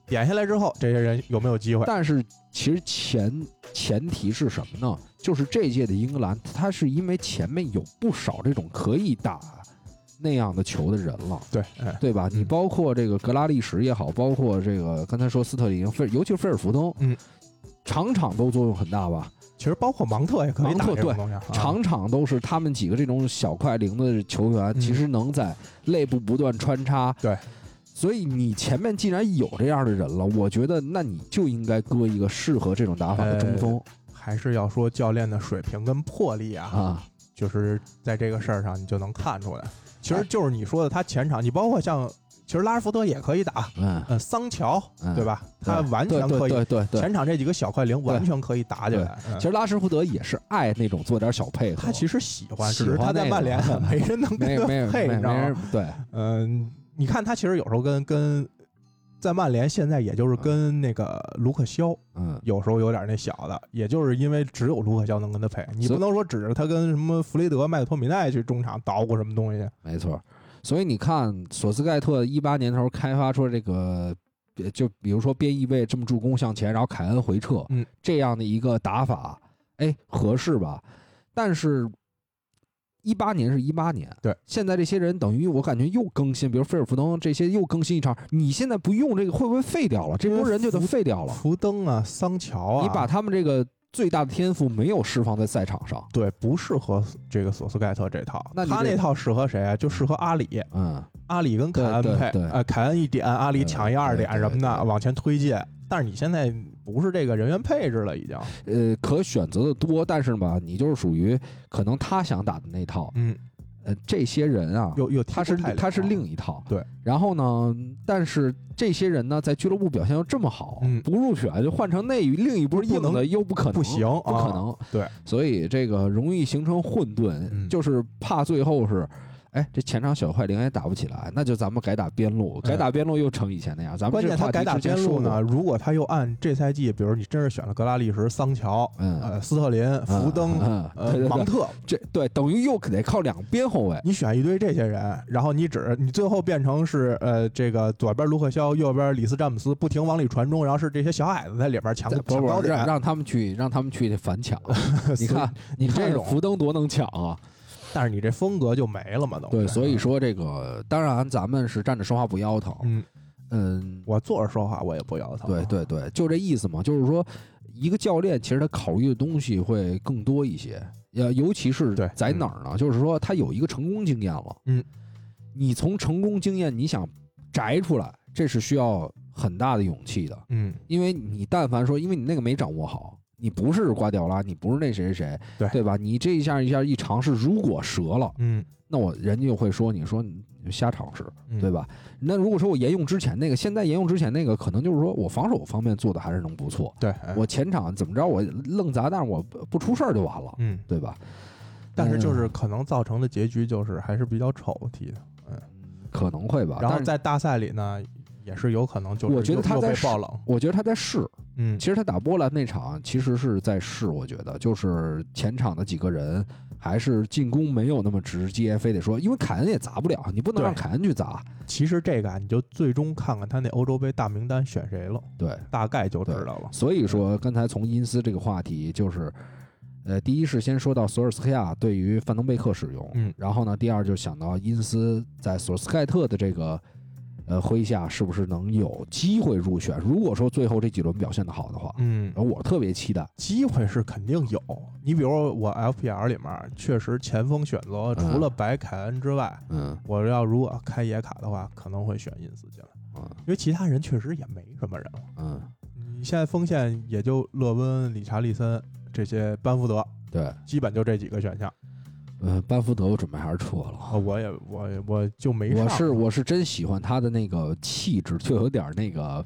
点下来之后，这些人有没有机会？但是其实前前提是什么呢？就是这届的英格兰，它是因为前面有不少这种可以打那样的球的人了。对，哎，对吧？你嗯包括这个格拉利什也好，包括这个刚才说斯特林，菲尤其是菲尔福登，嗯，场场都作用很大吧？其实包括芒特也可以芒打特这种对东西啊，场场都是他们几个这种小快灵的球员，嗯其实能在内部不断穿插。对，所以你前面既然有这样的人了，我觉得那你就应该搁一个适合这种打法的中锋还是要说教练的水平跟魄力啊，啊。就是在这个事儿上你就能看出来。其哎实就是你说的，他前场，你包括像，其实拉什福德也可以打，嗯，呃，桑乔嗯对吧？他对完全对可以，对对对对。前场这几个小快灵完全可以打起来。嗯其实拉什福德也是爱那种做点小配合，他其实喜欢，喜只欢是他在曼联那个没人能没跟有他没有没配，有你知没道人吗？对嗯，你看他其实有时候跟跟在曼联现在也就是跟那个卢克肖嗯。有时候有点那小的，也就是因为只有卢克肖能跟他配，你所不以能说指着他跟什么弗雷德、麦克托米奈去中场捣鼓什么东西。没错，所以你看，索斯盖特一八年头开发出这个，呃就比如说边翼位这么助攻向前，然后凯恩回撤，嗯，这样的一个打法，哎，合适吧？但是，一八年是一八年，对，现在这些人等于我感觉又更新，比如菲尔福登这些又更新一场，你现在不用这个会不会废掉了？这波人就得废掉了，福登啊，桑乔哦啊，你把他们这个最大的天赋没有释放在赛场上，对不适合这个索斯盖特这套，那你他这那套适合谁啊？就适合阿里，嗯，阿里跟凯恩对对配，对呃，凯恩一点，阿里抢一二点什么对对的，对往前推进，但是你现在不是这个人员配置了，已经。呃，可选择的多，但是吧，你就是属于可能他想打的那套，嗯，呃，这些人啊，又又踢他是不太了他是另一套，啊对。然后呢，但是这些人呢，在俱乐部表现又这么好，嗯不入选就换成那另一波硬不的能又不可能，不行不可啊能。对，所以这个容易形成混沌，嗯就是怕最后是。哎，这前场小快灵也打不起来，那就咱们改打边路，改打边路又成以前那样。咱们嗯关键这他话题改打之前边说路过呢，，如果他又按这赛季，比如你真是选了格拉利什、桑乔、嗯呃斯特林、福登、嗯嗯对呃对对芒特，这对等于又得靠两边后卫，你选一堆这些人，然后你只你最后变成是呃这个左边卢克肖，右边里斯詹姆斯，不停往里传中，然后是这些小矮子在里边抢不抢不高让点。啊让他们去让他们去反 [LAUGHS] 抢， [LAUGHS] 你看你这看种哦福登多能抢啊！但是你这风格就没了嘛，都对，所以说这个当然咱们是站着说话不腰疼，嗯，嗯，我坐着说话我也不啊摇头。对对对，就这意思嘛，就是说一个教练其实他考虑的东西会更多一些，呃，尤其是对在哪儿呢？就是说他有一个成功经验了，嗯，你从成功经验你想摘出来，这是需要很大的勇气的。嗯，因为你但凡说，因为你那个没掌握好，你不是瓜迪奥拉，你不是那谁谁谁，对吧？你这一下一下一尝试，如果折了，嗯那我人家就会说你说你瞎尝试，嗯，对？吧？那如果说我沿用之前那个，现在沿用之前那个，可能就是说我防守方面做的还是能不错，对，我前场怎么着我愣砸，但是我不不出事儿就完了，嗯，对吧？但是就嗯是可能造成的结局就是还是比较丑踢的。嗯可能会吧，然啊后但是在大赛里呢，也是有可能就是我觉得又他又在被试爆冷。我觉得他在试，嗯其实他打波兰那场其实是在试，我觉得就是前场的几个人还是进攻没有那么直接，非得说，因为凯恩也砸不了，你不能对让凯恩去砸。其实这个啊，你就最终看看他那欧洲杯大名单选谁了，对，大概就知道了。所以说刚才从因斯这个话题就是。呃，第一是先说到索尔斯克亚对于范登贝克使用，嗯然后呢，第二就想到因斯在索尔斯盖特的这个呃麾下是不是能有机会入选？如果说最后这几轮表现的好的话，嗯，呃我特别期待。机会是肯定有。你比如我 FPL 里面，确实前锋选择除了白凯恩之外，嗯我要如果开野卡的话，可能会选因斯进来，嗯因为其他人确实也没什么人了。嗯，你现在锋线也就勒温、理查利森这些，班福德对，基本就这几个选项。呃，班福德我准备还是撤了。啊，我也我也我就没哦我啊上。是我是真喜欢他的那个气质，就有点儿那个。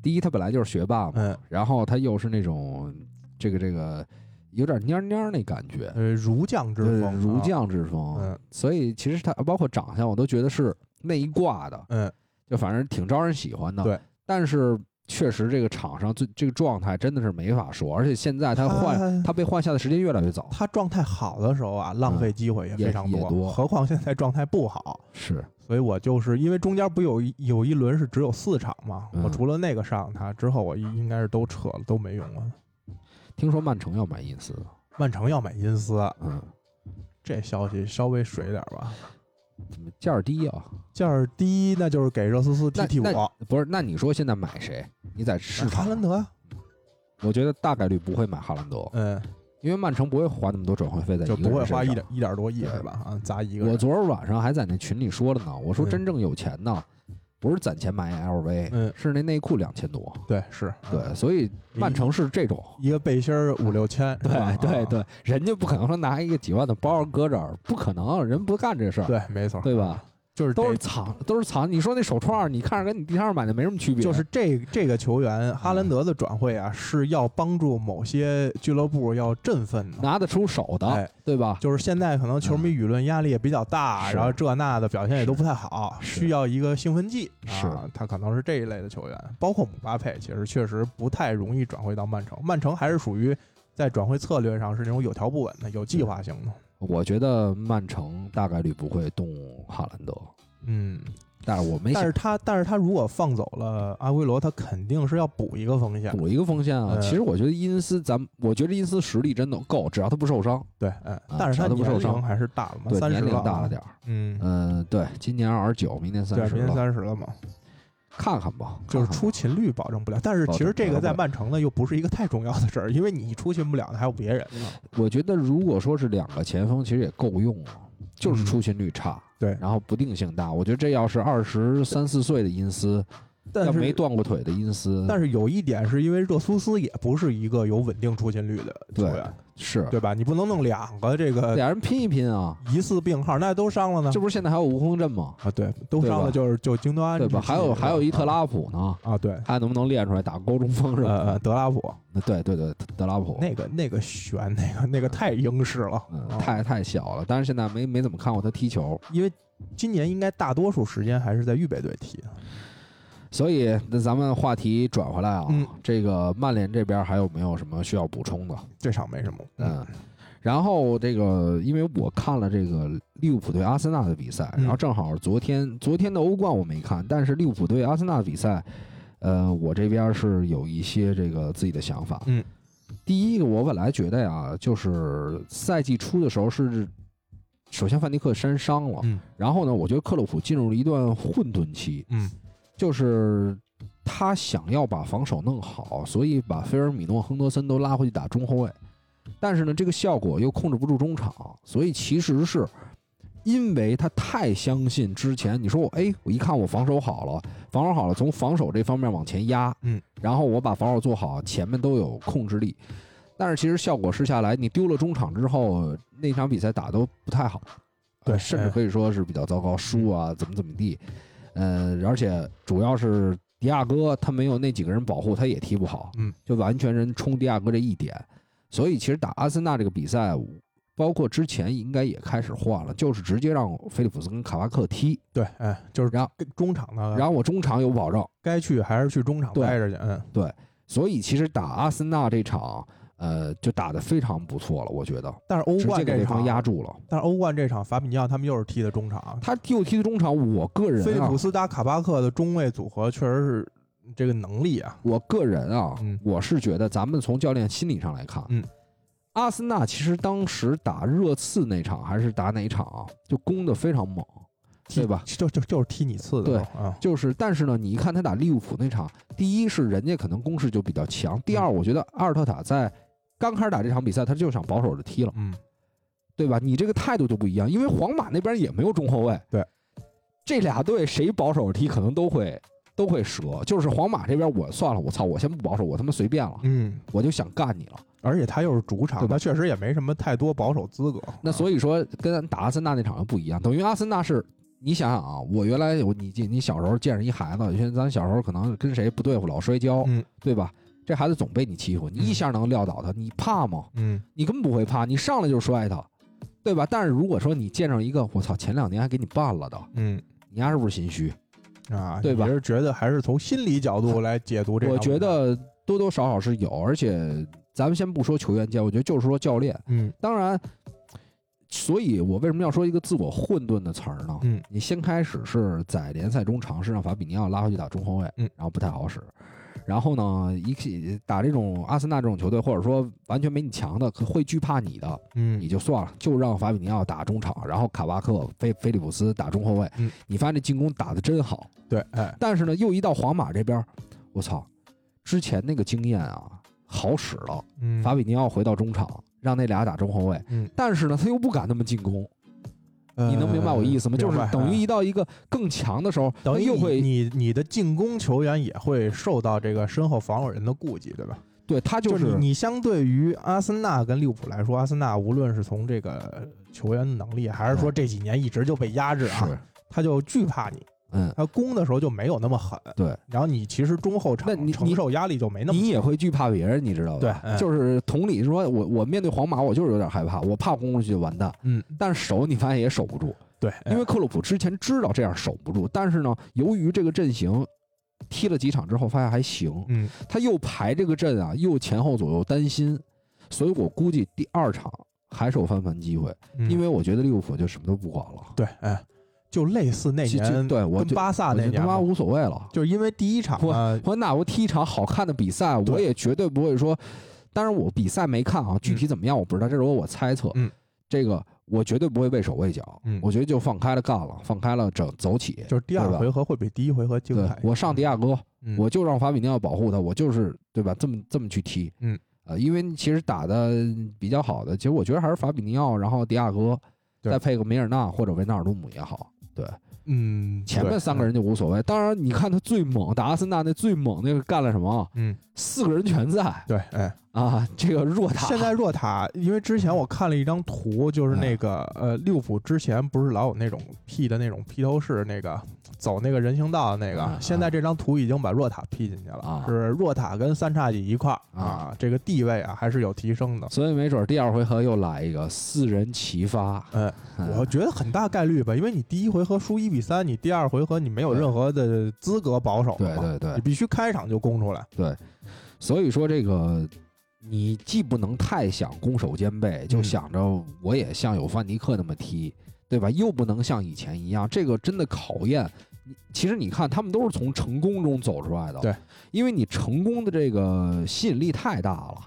第一，他本来就是学霸嘛，嗯然后他又是那种这个这个有点蔫儿蔫儿那感觉，呃儒将之对风，儒啊将之风。嗯所以其实他包括长相，我都觉得是那一挂的，嗯就反正挺招人喜欢的。对，但是确实这个场上最这个状态真的是没法说，而且现在他他换他被换下的时间越来越早，啊他状态好的时候啊，浪费机会也非常嗯也也多何况现在状态不好。是所以我就是因为中间不有一有一轮是只有四场嘛，嗯我除了那个上他之后，我应应该是都撤了，都没用了。听说曼城要买因斯，曼城要买因斯，嗯，这消息稍微水点吧。怎么价儿低啊？价儿低，那就是给热苏斯踢那替补，那不是，那你说现在买谁？你在市哈场兰，德呀，我觉得大概率不会买哈兰德，嗯，因为曼城不会花那么多转会费在一个就人身上不会花一点。一点多亿是吧？啊，砸一个人我昨儿晚上还在那群里说了呢，我说嗯真正有钱呢，不是攒钱买 LV，、嗯是那内裤两千多。对是，嗯对，所以曼城是这种。一个背心儿五六千，是吧对对啊对，人家不可能说拿一个几万的包搁这儿，不可能，人不干这事儿，对，没错，对吧？就是都得是藏，都是藏。你说那手串，你看着跟你地上买的没什么区别，嗯就是这这个球员哈兰德的转会啊，是要帮助某些俱乐部要振奋的。拿得出手的哎，对吧？就是现在可能球迷舆论压力也比较大，嗯是然后这那的表现也都不太好，是需要一个兴奋剂是啊。他可能是这一类的球员，包括姆巴佩，其实确实不太容易转会到曼城。曼城还是属于在转会策略上是那种有条不紊的、有计划性的。我觉得曼城大概率不会动哈兰德，嗯，但是我没想但是他但是他如果放走了阿圭罗，他肯定是要补一个锋线。补一个锋线啊。嗯其实我觉得因斯，咱们我觉得因斯实力真的够，只要他不受伤，对，嗯，但是只要他他啊不受年伤龄还是大了嘛，对三十年龄了啊，大了点儿。嗯，嗯，对，今年二十九，明年对三，十明年了，三十了嘛，看看吧，就看是看吧出勤率保证不了。但是啊保其证实这不了个在对曼城呢，又不是一个太重要的事儿，因为你出勤不了的还有别人呢。我觉得如果说是两个前锋，其实也够用了，就是出勤率差，嗯对然后不定性大。我觉得这要是二十三四岁的因斯，但要是没断过腿的因斯，但是有一点是因为热苏斯也不是一个有稳定出勤率的球对员，是对吧？你不能弄两个这个俩人拼一拼啊！疑似病号，那都伤了呢这。不是现在还有吴空阵吗？啊，对，都对伤吧了就是嗯就京多安对吧？还有还有一特拉普呢，啊，对，看能不能练出来打高中锋是呃吧？呃，德拉普对对对，德拉普，那个那个悬，那个那个太英式了，嗯，啊太太小了，但是现在没没怎么看过他踢球，因为今年应该大多数时间还是在预备队踢的。所以那咱们话题转回来啊，嗯这个曼联这边还有没有什么需要补充的？这场没什么，嗯，然后这个，因为我看了这个利物浦对阿森纳的比赛，嗯然后正好昨天昨天的欧冠我没看，但是利物浦对阿森纳的比赛，呃，我这边是有一些这个自己的想法。嗯，第一个我本来觉得呀，就是赛季初的时候是，首先范迪克身伤了，嗯然后呢，我觉得克洛普进入了一段混沌期，嗯就是。他想要把防守弄好，所以把菲尔米诺、亨德森都拉回去打中后卫。但是呢，这个效果又控制不住中场，所以其实是因为他太相信之前你说我哎，我一看我防守好了，防守好了，从防守这方面往前压，嗯，然后我把防守做好，前面都有控制力。但是其实效果试下来，你丢了中场之后，那场比赛打都不太好，对嗯呃甚至哎可以说是比较糟糕，输啊，怎么怎么地，呃，而且主要是迪亚哥他没有那几个人保护，他也踢不好，嗯，就完全人冲迪亚哥这一点，所以其实打阿森纳这个比赛，包括之前应该也开始换了，就是直接让菲利普斯跟卡瓦克踢，对，哎，就是然后跟中场呢，然后我中场有保障，该去还是去中场对待着去，嗯，所以其实打阿森纳这场，呃，就打得非常不错了，我觉得但是欧直接冠给这对方场压住了。但是欧冠这场，法比尼奥他们又是踢的中场，他又踢的中场，我个菲利人啊普，斯搭卡巴克的中卫组合确实是这个能力啊，我个人啊，嗯我是觉得咱们从教练心理上来看，嗯。阿森纳其实当时打热刺那场还是打哪场啊，就攻得非常猛，踢对吧？就就就是踢你次的时候，啊，就是，但是呢，你一看他打利物浦那场，第一是人家可能攻势就比较强，第嗯二我觉得阿尔特塔在刚开始打这场比赛，他就想保守着踢了，嗯，对吧？你这个态度就不一样，因为皇马那边也没有中后卫，对，这俩队谁保守着踢可能都会都会折，就是皇马这边我算了，我操，我先不保守，我他妈随便了，嗯，我就想干你了。而且他又是主对场，吧他确实也没什么太多保守资格。那所以说，跟打阿森纳那场又不一样，等于阿森纳是。你想想啊，我原来我你记你小时候见着一孩子，像咱小时候可能跟谁不对付老摔跤，嗯对吧？这孩子总被你欺负，你一下能撂倒他，你怕吗？嗯，你根本不会怕，你上来就摔他，对吧？但是如果说你见上一个我操，前两年还给你办了的，嗯你丫是不是心虚？啊，对吧你是觉得还是从心理角度来解读这场？我觉，得多多少少是有，而且咱们先不说球员间，我觉得就是说教练，嗯当然，所以我为什么要说一个自我混沌的词儿呢？嗯，你先开始是在联赛中尝试让法比尼奥拉回去打中后卫，嗯然后不太好使。然后呢，一起打这种阿森纳这种球队，或者说完全没你强的，可会惧怕你的，你嗯就算了，就让法比尼奥打中场，然后卡巴克、菲菲利普斯打中后卫。嗯你发现这进攻打得真好，对，哎，但是呢，又一到皇马这边儿，我操，之前那个经验啊，好使了。嗯，法比尼奥回到中场，让那俩打中后卫。嗯但是呢，他又不敢那么进攻，呃，你能明白我意思吗？就是明白等于哎一到一个更强的时候，等他于又你会你你的进攻球员也会受到这个身后防守人的顾忌，对吧？对他就就是是你你相对于阿森纳跟利物浦来说，阿森纳无论是从这个球员的能力，还是说这几年一直就被压制啊，哎是他就惧怕你，嗯，他攻的时候就没有那么狠。对，然后你其实中后场那你承受压力就没那么你也会惧怕别人，你知道吧？对嗯就是同理说，我我面对皇马，我就是有点害怕，我怕攻出去就完蛋。嗯，但是守你发现也守不住，对，因为克洛普之前知道这样守不住，但是呢，由于这个阵型。踢了几场之后，发现还行，嗯他又排这个阵啊，又前后左右担心，所以我估计第二场还是有翻盘机会。嗯因为我觉得利物浦就什么都不管了，对，哎，就类似那其年实对我跟就巴萨我那觉得年他妈嘛，无所谓了。就是因为第一场呢，我那我踢一场好看的比赛，我对也绝对不会说，当然我比赛没看啊，具体怎么样我不知道，这是我我猜测。嗯，这个我绝对不会畏手畏脚，嗯我觉得就放开了干了，放开了整走起。就是第二对吧回合会比第一回合精对彩。我上迪亚哥，嗯，我就让法比尼奥保护他，我就是对吧？这么这么去踢，嗯，呃，因为其实打的比较好的，其实我觉得还是法比尼奥，然后迪亚哥，对再配个梅尔纳或者维纳尔杜姆也好，对，嗯，前面对三个，人就无所谓。当然，你看他最猛，达阿森纳那最猛那个干了什么？嗯，四个人全在对，哎，啊， [LAUGHS] 这个若塔现在若塔，因为之前我看了一张图，就是那个哎呃，利物浦之前不是老有那种 P 的那种披头士，那个走那个人行道的那啊个，现在这张图已经把若塔 P 进去啊了，是若塔跟三叉戟一块儿啊啊，这个地位啊还是有提升的。所以没准第二回合又来一个四人齐发。哎，嗯我觉得很大概率吧，因为你第一回合输一比三，你第二回合你没有任何的资格保守 [LAUGHS] 对了嘛，对对你，必须开场就攻出来。所以说这个你既不能太想攻守兼备，就嗯想着我也像有范迪克那么踢，对吧？又不能像以前一样，这个真的考验。你其实你看，他们都是从成功中走出来的，对，因为你成功的这个吸引力太大了。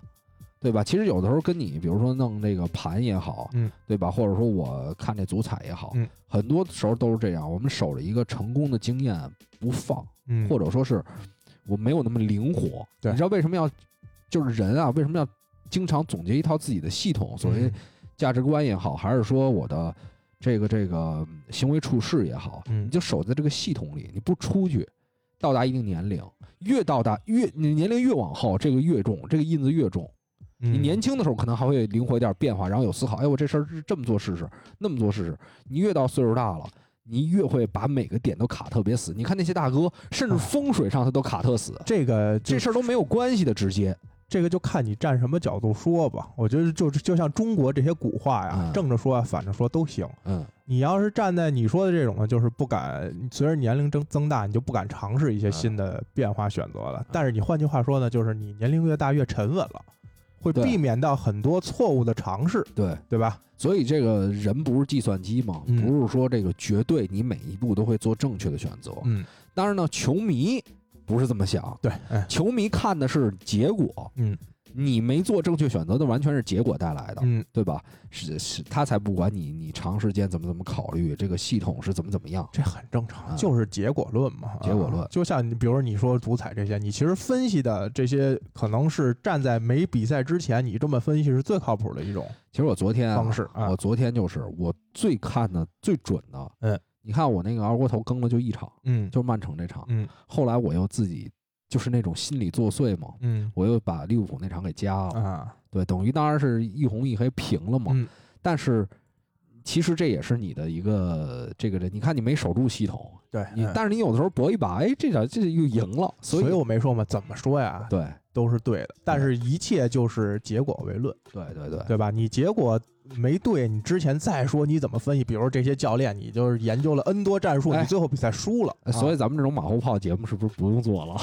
对吧？其实有的时候跟你，比如说弄这个盘也好，嗯，对吧？或者说我看这足彩也好，嗯很多时候都是这样。我们守着一个成功的经验不放，嗯，或者说是我没有那么灵活。对你知道为什么要就是人啊，为什么要经常总结一套自己的系统，所谓嗯价值观也好，还是说我的这个这个行为处事也好，嗯你就守在这个系统里，你不出去。到达一定年龄，越到达越你年龄越往后，这个越重，这个印子越重。你嗯年轻的时候可能还会灵活一点变化，然后有思考，哎，我这事儿是这么做试试，那么做试试。你越到岁数大了，你越会把每个点都卡特别死。你看那些大哥，甚至哎风水上他都卡特死，这个就这事儿都没有关系的直接。这个就看你站什么角度说吧。我觉得就就像中国这些古话呀，嗯正着说啊，反着说都行。嗯，你要是站在你说的这种呢，就是不敢随着年龄增增大，你就不敢尝试一些新的变化选择了。但是你换句话说呢，就是你年龄越大越沉稳了，会对避免到很多错误的尝试，对，对吧？所以这个人不是计算机嘛，嗯不是说这个绝对你每一步都会做正确的选择。嗯，当然呢，球迷不是这么想，对，哎，球迷看的是结果。嗯，你没做正确选择，那完全是结果带来的。嗯，对吧？是是，他才不管你你长时间怎么怎么考虑，这个系统是怎么怎么样。这很正啊常，就是结果论嘛。结果论啊就像你，比如说你说足彩这些，你其实分析的这些，可能是站在没比赛之前，你这么分析是最靠谱的一种其实我昨天啊、方式啊我。昨天就是我最看的最准的，嗯，你看我那个熬过头更了就一场，嗯就是曼城这场，嗯后来我又自己就是那种心理作祟嘛，嗯我又把利物浦那场给加了，啊，对，等于当然是一红一黑平了嘛，嗯但是。其实这也是你的一个这个人，你看你没守住系统，对。你嗯但是你有的时候搏一把，哎，这场这又赢了，所所以以我没说嘛，怎么说呀，对都是对的。但是一切就是结果为论，对对对，对吧？你结果没对，你之前再说你怎么分析，比如这些教练，你就是研究了 N 多战术，哎你最后比赛输了，呃所以以咱们这种马后炮节目是不是不用做了？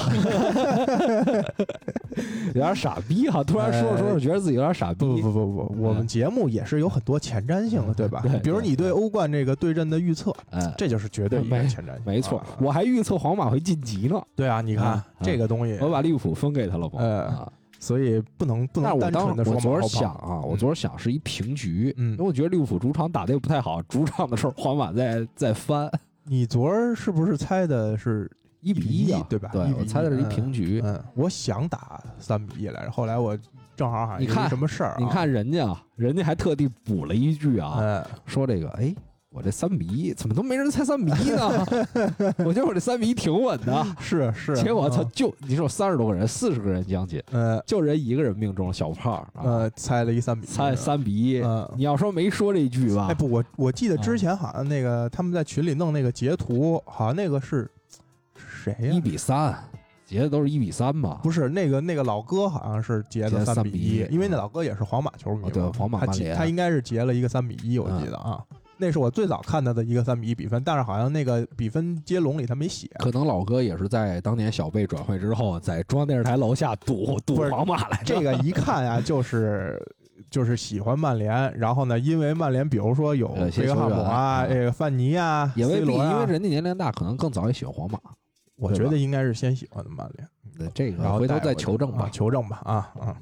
[LAUGHS] 有点傻逼哈、突然说着说着觉得自己有点傻逼。哎不不不不不，我们节目也是有很多前瞻性嗯的，对吧对对？比如你对欧冠这个对阵的预测，哎，这就是绝对一没个前瞻性。没错，啊我还预测皇马会晋级呢，对啊，你看啊这个东西，我把利物浦分给他了嘛。呃啊所以不能不但是能我单纯当的时说我昨马儿后想炮。啊，我昨儿想是一平局，嗯因为我觉得利物浦主场打的也不太好，主场的时候皇马在在翻你昨儿是不是猜的是一比一啊，对吧对一比，一我猜的是一平局。嗯，我想打三比一来着，后来我正好好像你看有一什么事儿、啊，你看人家啊，人家还特地补了一句啊，嗯，说这个，哎，我这三比一怎么都没人猜三比一 [LAUGHS] 呢？我觉得我这三比一挺稳的。是是，结果他嗯就你说三十多个人，四十个人将近，呃就人一个人命中了小胖儿啊，呃猜了一三比一，猜三比一。嗯。你要说没说这句吧哎，不，我我记得啊之前好像那个他们在群里弄那个截图，好像那个是是谁呀、一比三，结的都是一比三吧？不是那个那个老哥，好像是截截的3比比一啊因为那老哥也是皇马球迷嘛、哦对皇马他曼截联他应该是截了一个三比一，我嗯记得啊，那是我最早看到的一个三比一比分，但是好像那个比分接龙里他 [LAUGHS] 没写，可能老哥也是在当年小贝转会之后，在中央电视台楼下堵堵不是皇马来着。这个一看啊，就是就是喜欢曼联，然后呢，因为曼联，比如说有有些贝克汉姆啊，球员这个范尼啊，也未 C 必，罗啊因为人家年龄大，可能更早也喜欢皇马。我对吧觉得应该是先喜欢的曼联，这个然后回头带再过去求证吧啊。求证吧啊啊，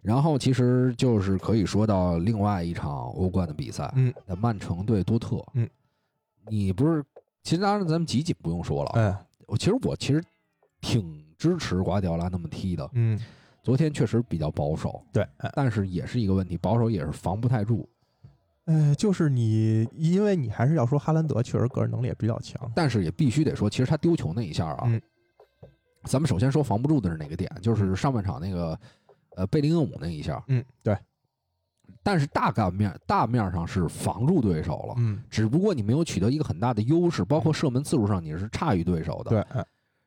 然后其实就是可以说到另外一场欧冠的比赛，嗯，曼城对多特，嗯，你不是，其实当然咱们集锦不用说了，嗯我其实我其实挺支持瓜迪奥拉那么踢的，嗯，昨天确实比较保守，对，哎但是也是一个问题，保守也是防不太住，呃，就是你，因为你还是要说哈兰德确实个人能力也比较强，但是也必须得说，其实他丢球那一下啊，嗯咱们首先说防不住的是哪个点，就是上半场那个呃贝林厄姆那一下，嗯，对，但是大干面大面上是防住对手了，嗯，只不过你没有取得一个很大的优势，包括射门次数上你是差于对手的，对，，哎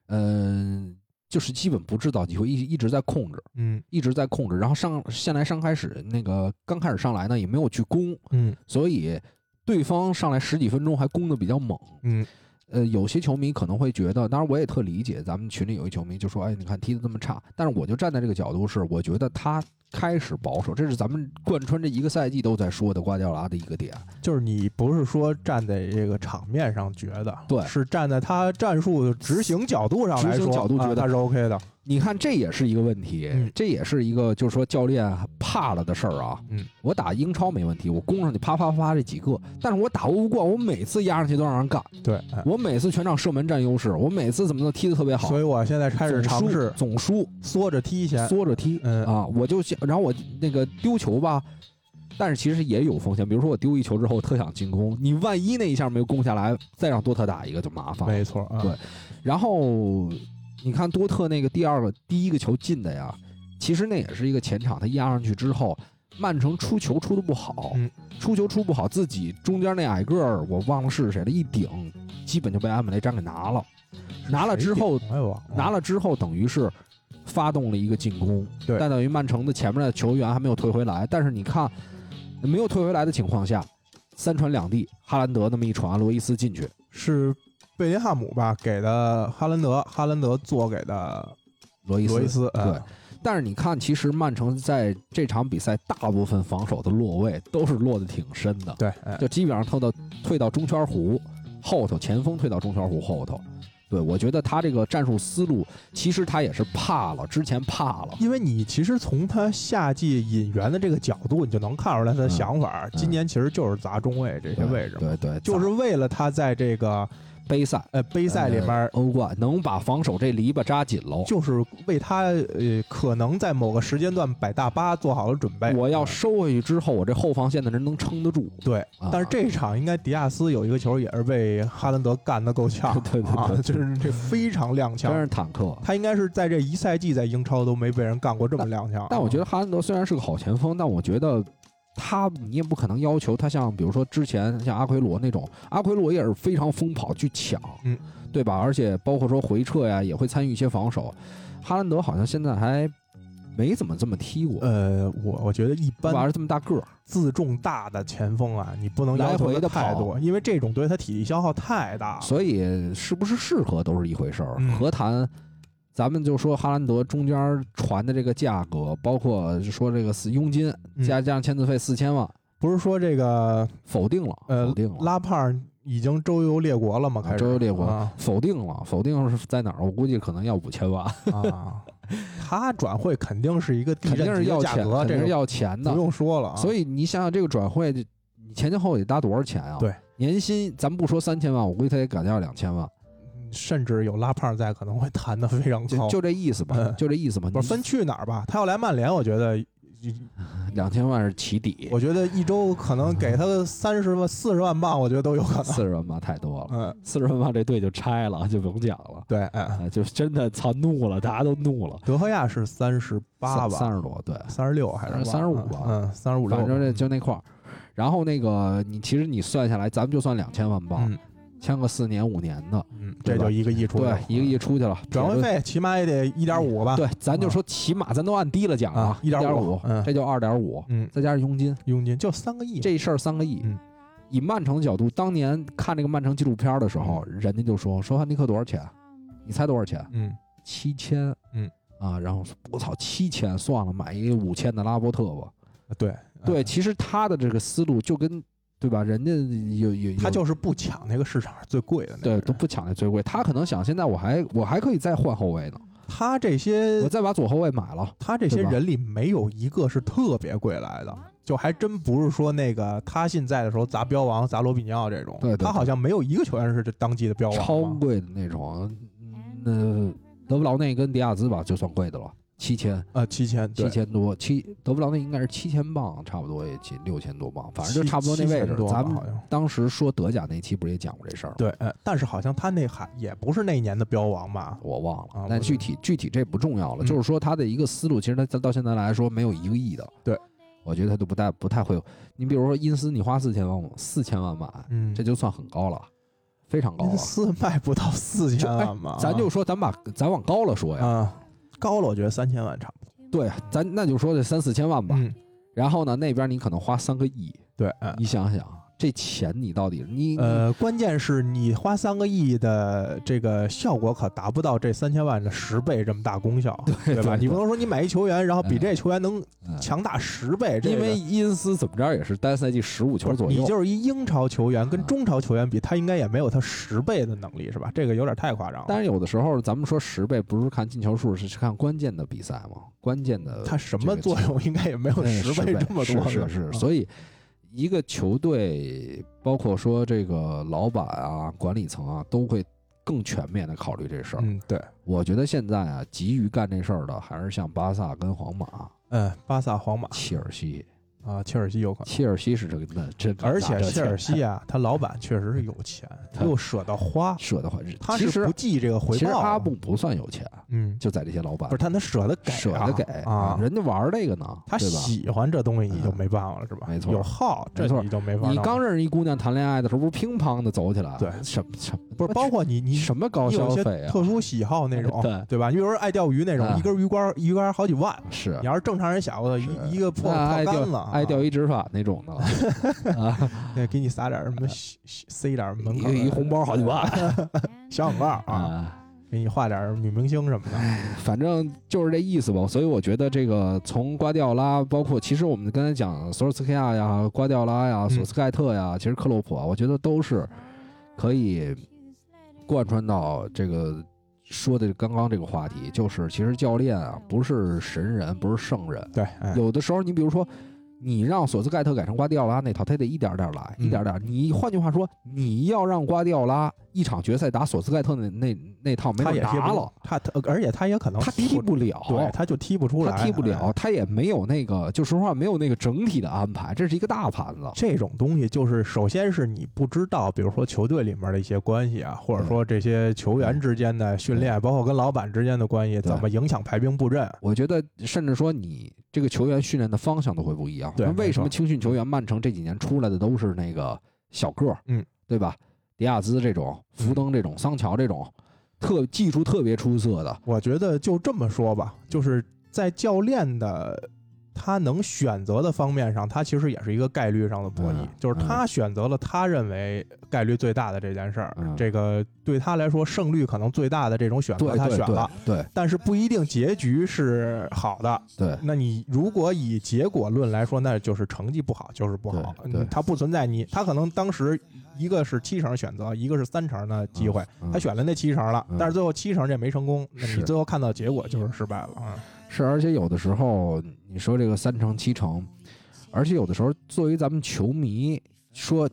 嗯、就是基本不制造机会，一一直在控制，嗯一直在控制，然后上先来上开始那个刚开始上来呢也没有去攻，嗯所以对方上来十几分钟还攻的比较猛，嗯呃，有些球迷可能会觉得，当然我也特理解，咱们群里有一球迷就说：“哎，你看踢得这么差。”但是我就站在这个角度是，我觉得他开始保守，这是咱们贯穿这一个赛季都在说的瓜迪奥拉的一个点。就是你不是说站在这个场面上觉得，对是站在他战术的执行角度上来执说，行角度觉啊得他是 OK 的，你看，这也是一个问题，嗯这也是一个就是说教练怕了的事儿啊。嗯，我打英超没问题，我攻上去啪啪啪这几个，但是我打欧冠，我每次压上去都让人干，对，哎我每次全场射门占优势，我每次怎么都踢得特别好所，以我现在开始总尝输试总输，缩着踢先，缩着踢，嗯啊，我就想，然后我那个丢球吧，但是其实也有风险，比如说我丢一球之后，我特想进攻，你万一那一下没有攻下来，再让多特打一个就麻烦了。没错，啊对然后你看多特那个第二个第一个球进的呀，其实那也是一个前场他压上去之后，曼城出球出的不好，嗯出球出不好，自己中间那矮个儿我忘了是谁了，一顶，基本就被安本雷詹给拿了，拿了之后谁顶啊了呀拿了之后，等于是发动了一个进攻，对但等于曼城的前面的球员还没有退回来。但是你看，没有退回来的情况下，三传两递，哈兰德那么一传，罗伊斯进去，是贝林汉姆吧给的哈兰德，哈兰德做给的罗伊斯。啊罗伊斯，对嗯，但是你看，其实曼城在这场比赛大部分防守的落位都是落得挺深的，对，哎就基本上退到退到中圈弧后头，前锋退到中圈弧后头。对，我觉得他这个战术思路，其实他也是怕了，之前怕 [LAUGHS] 了。因为你其实从他夏季引援的这个角度，你就能看出来他的想法儿。嗯今年其实就是砸中卫这些位置嘛，对对，对就是为了他在这个杯赛，呃杯赛里面呃儿，欧冠能把防守这篱笆扎紧喽。就是为他呃可能在某个时间段摆大巴做好了准备。我要是，收回去之后，我这后防线的人能撑得住。对，啊，但是这场应该迪亚斯有一个球也是被哈兰德干得够呛 [LAUGHS] 对对对啊对，就是这非常踉真跄。是坦克。他应该是在这一赛季在英超都没被人干过这么踉跄啊。但我觉得哈兰德虽然是个好前锋，但我觉得他你也不可能要求他像比如说之前像阿奎罗那种，阿奎罗也是非常疯跑去抢，嗯，对吧？而且包括说回撤呀，也会参与一些防守。哈兰德好像现在还没怎么这么踢过，呃，我我觉得一般反而这么大个儿。自重大的前锋啊，你不能要来求回他地太跑多，因为这种对他体力消耗太大了。所以是不是适合都是一回事儿。啊嗯何谈？咱们就说哈兰德中间传的这个价格，包括说这个四佣金嗯加加上签字费四千万，不是说这个否定了，呃否定，了，拉帕尔已经周游列国了吗？开始周游列国啊否定了，否定是在哪儿？我估计可能要五千万， [LAUGHS] 啊！他转会肯定是一个 [LAUGHS] 地肯定震是级的要价钱，格，肯这定是个要钱不的。用说了啊。所以以你想想这个转会，你前前后后得搭多少钱啊？对，年薪咱们不说三千万，我估计他也敢要两千万，甚至有拉帕尔在，可能会谈的非常就高。就这意思吧嗯，就这意思吧。不是分去哪儿吧？他要来曼联，我觉得。两千万是起底， [LAUGHS] 我觉得一周可能给他三十万、四十万镑，我觉得都 [LAUGHS] 有可能。四十万吧，太多了。嗯，四十万吧，这队就拆了，就甭讲了。对，嗯，啊，就真的操怒了，大家都怒了。德赫亚是三十八吧，三十多，对，三十六还是35吧嗯，三十五六，反正这就那块儿。然后那个你其实你算下来，咱们就算两千万镑，嗯签个四年五年的，嗯，对这吧就一个亿出去对了，嗯一个亿出去了，转会也费起码也得一点五吧，就。对，咱就说起码咱都按低了讲啊一点1.5嗯这就二点五，嗯，再加上佣金，佣金就三个亿，这事儿三个亿嗯。以曼城的角度，当年看这个曼城纪录片儿的时候，人家就说说范迪克多少钱？你猜多少钱？嗯七千，嗯啊，然后说我操，七千算了，买一个五千的拉波特吧。对嗯对，，其实他的这个思路就跟对吧，人家有有有他就是不抢那个市场最贵的那个对人，都不抢那最贵，他可能想现在我还我还可以再换后卫呢，他这我些再把左后卫买了，他这些对吧人里没有一个是特别贵来的。就还真不是说那个他现在的时候砸标王、砸罗比尼奥这种，对对对他好像没有一个球员是这当季的标王嘛，嗯超贵的那种，那德布劳内跟迪亚兹吧就算贵的了，七千啊，七千，对七千多，七德布劳内应该是七千磅，差不多也近六千多磅，反正就差不多那位七置7000。多吧咱们好像当时说德甲那期不是也讲过这事儿吗？对，呃但是好像他那还也不是那一年的标王吧？我忘了啊，但不是具体具体这不重要了。嗯就是说他的一个思路，其实他到现在来说没有一个亿的。对，我觉得他都不太不太会有。你比如说因斯，你花四千万四千万买，嗯，这就算很高了，非常高了您。四卖不到四千万嘛，哦哎咱就说咱把咱往高了说呀，啊，高了我觉得三千万差不多对，咱那就说这三四千万吧。嗯，然后呢，那边你可能花三个亿，对，嗯你想想这钱你到底你你呃，关键是你花三个亿的这个效果可达不到这三千万的十倍这么大功效，对吧？对你不能说你买一球员，然后比这球员能嗯强大十倍，这因个为因斯怎么着也是单赛季十五不球是左右，你就是一英超球员跟嗯中超球员比，他应该也没有他十倍的能力，是吧？这个有点太夸张了。但是有的时候，咱们说十倍不是看进球数，是看关键的比赛嘛，关键的他什么作用应该也没有对十倍这么多呢，嗯是是是，嗯所以一个球队，包括说这个老板啊、管理层啊，都会更全面的考虑这事儿。嗯，对，我觉得现在啊，急于干这事儿的还是像巴萨跟皇马、嗯，巴萨、皇马切尔西。啊，切尔西有可能。切尔西是这个那真敢而拿且这切钱尔西啊，他老板确实是有钱， [LAUGHS] 他又舍得 [LAUGHS] 花，舍得花，他其是实不计这个回其实报。阿布，不算有钱，嗯，就在这些老板不是，但他舍得给啊，舍得给啊，人家玩儿这个呢，他对吧？喜欢这东西，你就嗯没办法了，是吧？没错有好，这没错你就没法弄。你刚认识一姑娘谈恋爱的时候，不是乒乓的走起来？对什么什么不是，包括你你什么高你有消一些费啊？特殊喜好那种，对 [LAUGHS] 对吧？你比如说爱钓鱼那种，嗯一根鱼竿鱼竿好几万，是你要是正常人想，我操是一一个破那泡爱干了钓啊，爱钓鱼执法那 [LAUGHS] 种的了，那给你撒点什么西，西塞点门一口个一红包好几万 [LAUGHS] 小广告啊，啊！哎给你画点女明星什么的，反正就是这意思吧。所以我觉得这个从瓜迪奥拉，包括其实我们刚才讲索尔斯克亚呀、瓜迪奥拉呀、索斯盖特呀，其实克洛普啊，我觉得都是可以贯穿到这个。说的刚刚这个话题，就是其实教练啊，不是神人，不是圣人， [LAUGHS] 对，哎有的时候，你比如说，你让索斯盖特改成瓜迪奥拉那套，他得一点点来，嗯一点点。你换句话说，你要让瓜迪奥拉一场决赛打索斯盖特那那那套，没他准也踢打不了，，他他而且他也可能他踢不了，对，他就踢不出来，他踢不了，哎。他也没有那个，就说实话，没有那个整体的安排，这是一个大盘子。这种东西就是，首先是你不知道，比如说球队里面的一些关系啊，嗯或者说这些球员之间的训练，包括跟老板之间的关系，对怎么影响排兵布阵？我觉得，甚至说你这个球员训练的方向都会不一样。对那为什么没错青训球员曼城这几年出来的都是那个小个儿，嗯，对吧？迪亚兹这种、福登这种、桑乔这种，特技术特别出色的，我觉得就这么说吧，就是在教练的他能选择的方面上，他其实也是一个概率上的博弈，嗯就是他选择了他认为概率最大的这件事儿，嗯这个对他来说胜率可能最大的这种选择对他对选了，对但是不一定结局是好的。对那你如果以结果论来说，那就是成绩不好就是不好，对对嗯他不存在你，他可能当时一个是七成选择，一个是三成的机会，嗯他选了那七成了，嗯但是最后七成这没成功，那是你最后看到结果就是失败了啊。是，而且有的时候你说这个三成七成，而且有的时候作为咱们球迷说，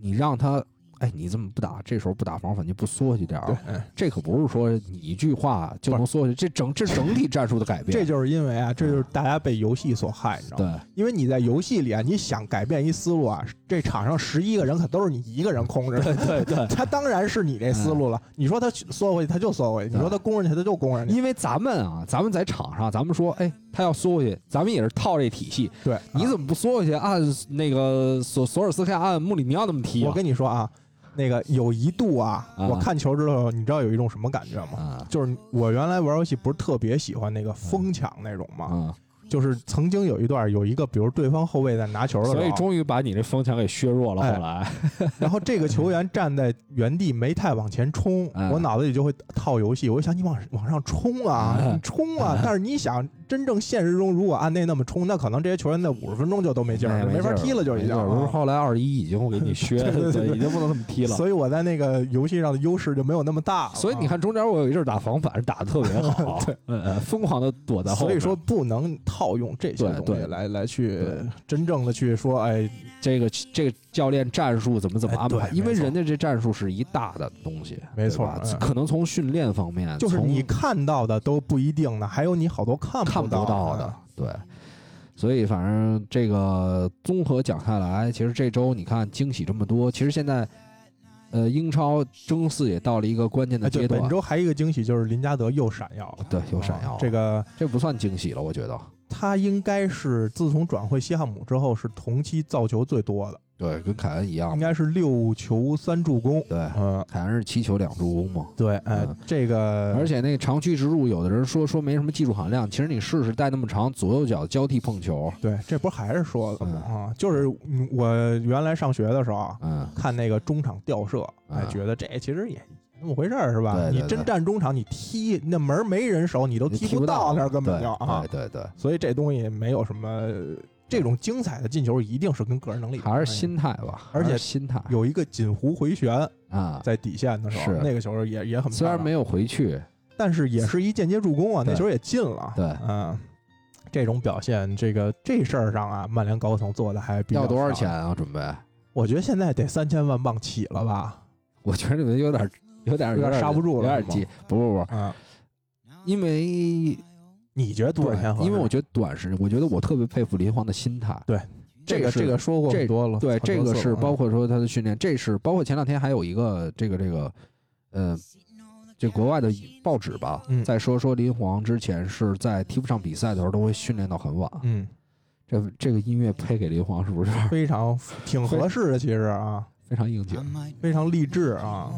你让他。哎，你怎么不打？这时候不打防反击，不缩回去点儿？对，这可不是说你一句话就能缩回去，这整这整体战术的改变。这就是因为啊，这就是大家被游戏所害，你知道吗？对因为你在游戏里啊，你想改变一思路啊，这场上十一个人可都是你一个人控制的。 [LAUGHS] 对对，他当然是你这思路了。你说他缩回去，他就缩回去；你说他攻上去，他就攻上 [LAUGHS] 去。因为咱们啊，咱们在场上，咱们说，哎，他要缩回去，咱们也是套这体系。对，你怎么不缩回去？按那个索索尔斯克亚按穆里尼奥那么踢、啊？我跟你说啊，那个有一度啊，啊我看球之后，你知道有一种什么感觉吗？啊就是我原来玩游戏不是特别喜欢那个疯抢那种嘛，啊！就是曾经有一段有一个，比如对方后卫在拿球的时候，所以终于把你这疯抢给削弱了。哎后来， [LAUGHS] 然后这个球员站在原地没太往 [LAUGHS] 前冲，哎我脑子里就会套游戏，我想你往往上冲啊，哎你冲啊！但是你想，真正现实中如果按那那么冲，那可能这些球员在五十分钟就都没劲儿，哎了，没法踢了，就已没经啊劲儿不是后来二一已经给你削，对对对已经不能这么踢了。所以我在那个游戏上的优势就没有那么大了。所以 [LAUGHS] 呃你看，中间我有一阵儿打防反打的特别好，对，呃，疯狂的躲在后所面。以说不能套用这些对东西对来来去对真正的去说，哎，这个这个教练战术怎么怎么哎安排，对因为没错人家这战术是一大的东西，没对错吧嗯可能从训练方面，就是从你看到的都不一定呢，还有你好多看看不不到的嗯的。，对。所以，反正这个综合讲下来，其实这周你看惊喜这么多。其实现在，呃，英超争四也到了一个关键的哎，对，阶段本，周还有一个惊喜就是林加德又闪耀了，对，又闪耀啊了。这个这不算惊喜了，我觉得。他应该是自从转会西汉姆之后是同期造球最多的，对，跟凯恩一样应。该是六球三助攻。对，嗯，凯恩是七球两助攻嘛。对，哎嗯，这个而且那个长驱直入，有的人说说没什么技术含量，其实你试试带那么长左右脚交替碰球，对，这不还是说的吗？嗯啊，就是嗯我原来上学的时候啊，嗯，看那个中场吊射，哎，嗯觉得这其实也那么回事儿，是吧？对对你对真站中场，你踢那门儿没人守，你都你不不到那儿，根本对就啊。对对对，所以这东西没有什么这种精彩的进球，一定是跟个人能力有还关是系。心态吧，而且还是心态有一个锦湖回旋啊。在底线的时候，是那个球也也很虽然漂亮没有回去，但是也是一间接助攻啊，那对球也进了。对嗯，这种表现，这个这事儿上啊，曼联高层做的还比较要多少少钱啊？准备？我觉得现在得三千万镑起了吧？我觉得你们有点有点有点刹不住了有点是急。不不不，嗯，因为你觉得多少钱合适？因为我觉得短时，我觉得我特别佩服林皇的心态。对，这个是这个说过很多了，对，哦很多这个次是了啊包括说他的训练，这是包括前两天还有一个这个这个，呃，这国外的报纸吧，嗯在说说林皇之前是在踢不上比赛的时候都会训练到很晚。嗯，这这个音乐配给林皇是不是有点非常挺合适的，其实啊，非常应景？非常励志啊。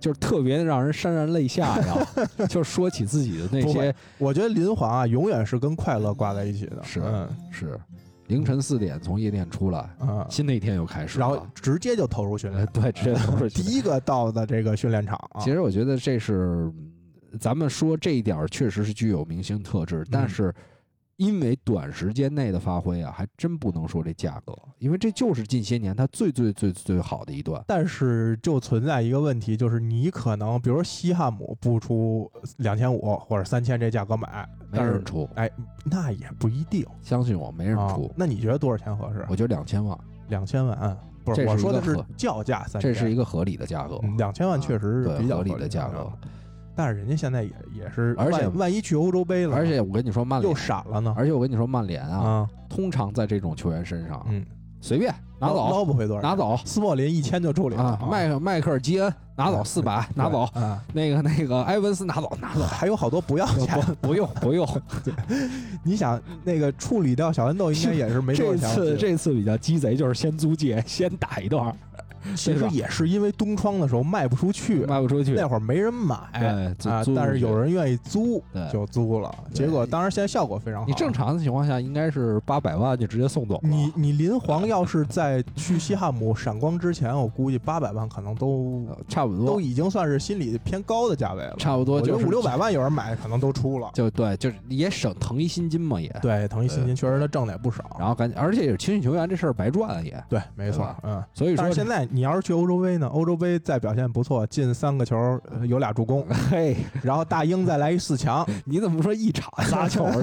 就是特别的让人潸然泪下 [LAUGHS] 呀！就说起自己的那不些会我觉得林皇啊，永远是跟快乐挂在一起的，是嗯是凌晨四点从夜店出来，嗯，新的一天又开始了。然后直接就投入训呃，练，对，直接都是 [LAUGHS] 第一个到的这个训练场啊，其实我觉得这是嗯咱们说这一点儿确实是具有明星特质，嗯但是因为短时间内的发挥啊，还真不能说这价格，因为这就是近些年他最最最最好的一段。但是就存在一个问题，就是你可能，比如说西汉姆不出两千五或者三千这价格买，没但人是出，哎，那也不一定相信我，没人啊出。。那你觉得多少钱合适？我觉得两千万，两千万，啊不这是是我说的一个是合叫价三这千，是一个合理的价格，嗯两千万确实是嗯对比较合理的的价格。但是人家现在也也是，而且万万一去欧洲杯了，而且我跟你说，曼又联，闪了呢而且我跟你说，曼联啊，啊，通常在这种球员身上啊嗯，随便拿捞走，捞不回多少钱，拿走斯莫林一千就处理了啊，迈克迈克尔基恩拿走嗯四 [LAUGHS] 百，拿走啊对啊，那个那个埃文斯拿走拿走。还有好多不要钱 [LAUGHS] 不不用不用，你想那个处理掉小恩豆，应该也是没多 [LAUGHS] 这少钱。次这次比较鸡贼，就是先租借，先打一段，其对实吧也是因为东窗的时候卖不出去， [LAUGHS] 卖不出去。哎那会儿没人买对租啊租，但出是有去人愿意租对就租了。对结果当然现在效果非常好。你正常的情况下应该是八百万就直接送走了。你你林皇要是在去西汉姆闪光之前，我估计八百万可能都呃差不都多，已经算是心里偏高的价位了。差不多我觉就得是五六百，万有人买可能都出了。就对，就是也省腾一薪金嘛也。对，腾讯新金确实他挣的也不少。然后赶紧，而且有青训球员这事儿白赚了也。对，没对错吧，嗯。所以但说是现在你要是去欧洲杯呢，欧洲杯再表现不错，进三个球，呃有俩 [LAUGHS] 助攻，嘿，然后大英再来一四 [LAUGHS] 强，你怎么不说一 [LAUGHS] 场仨球呢？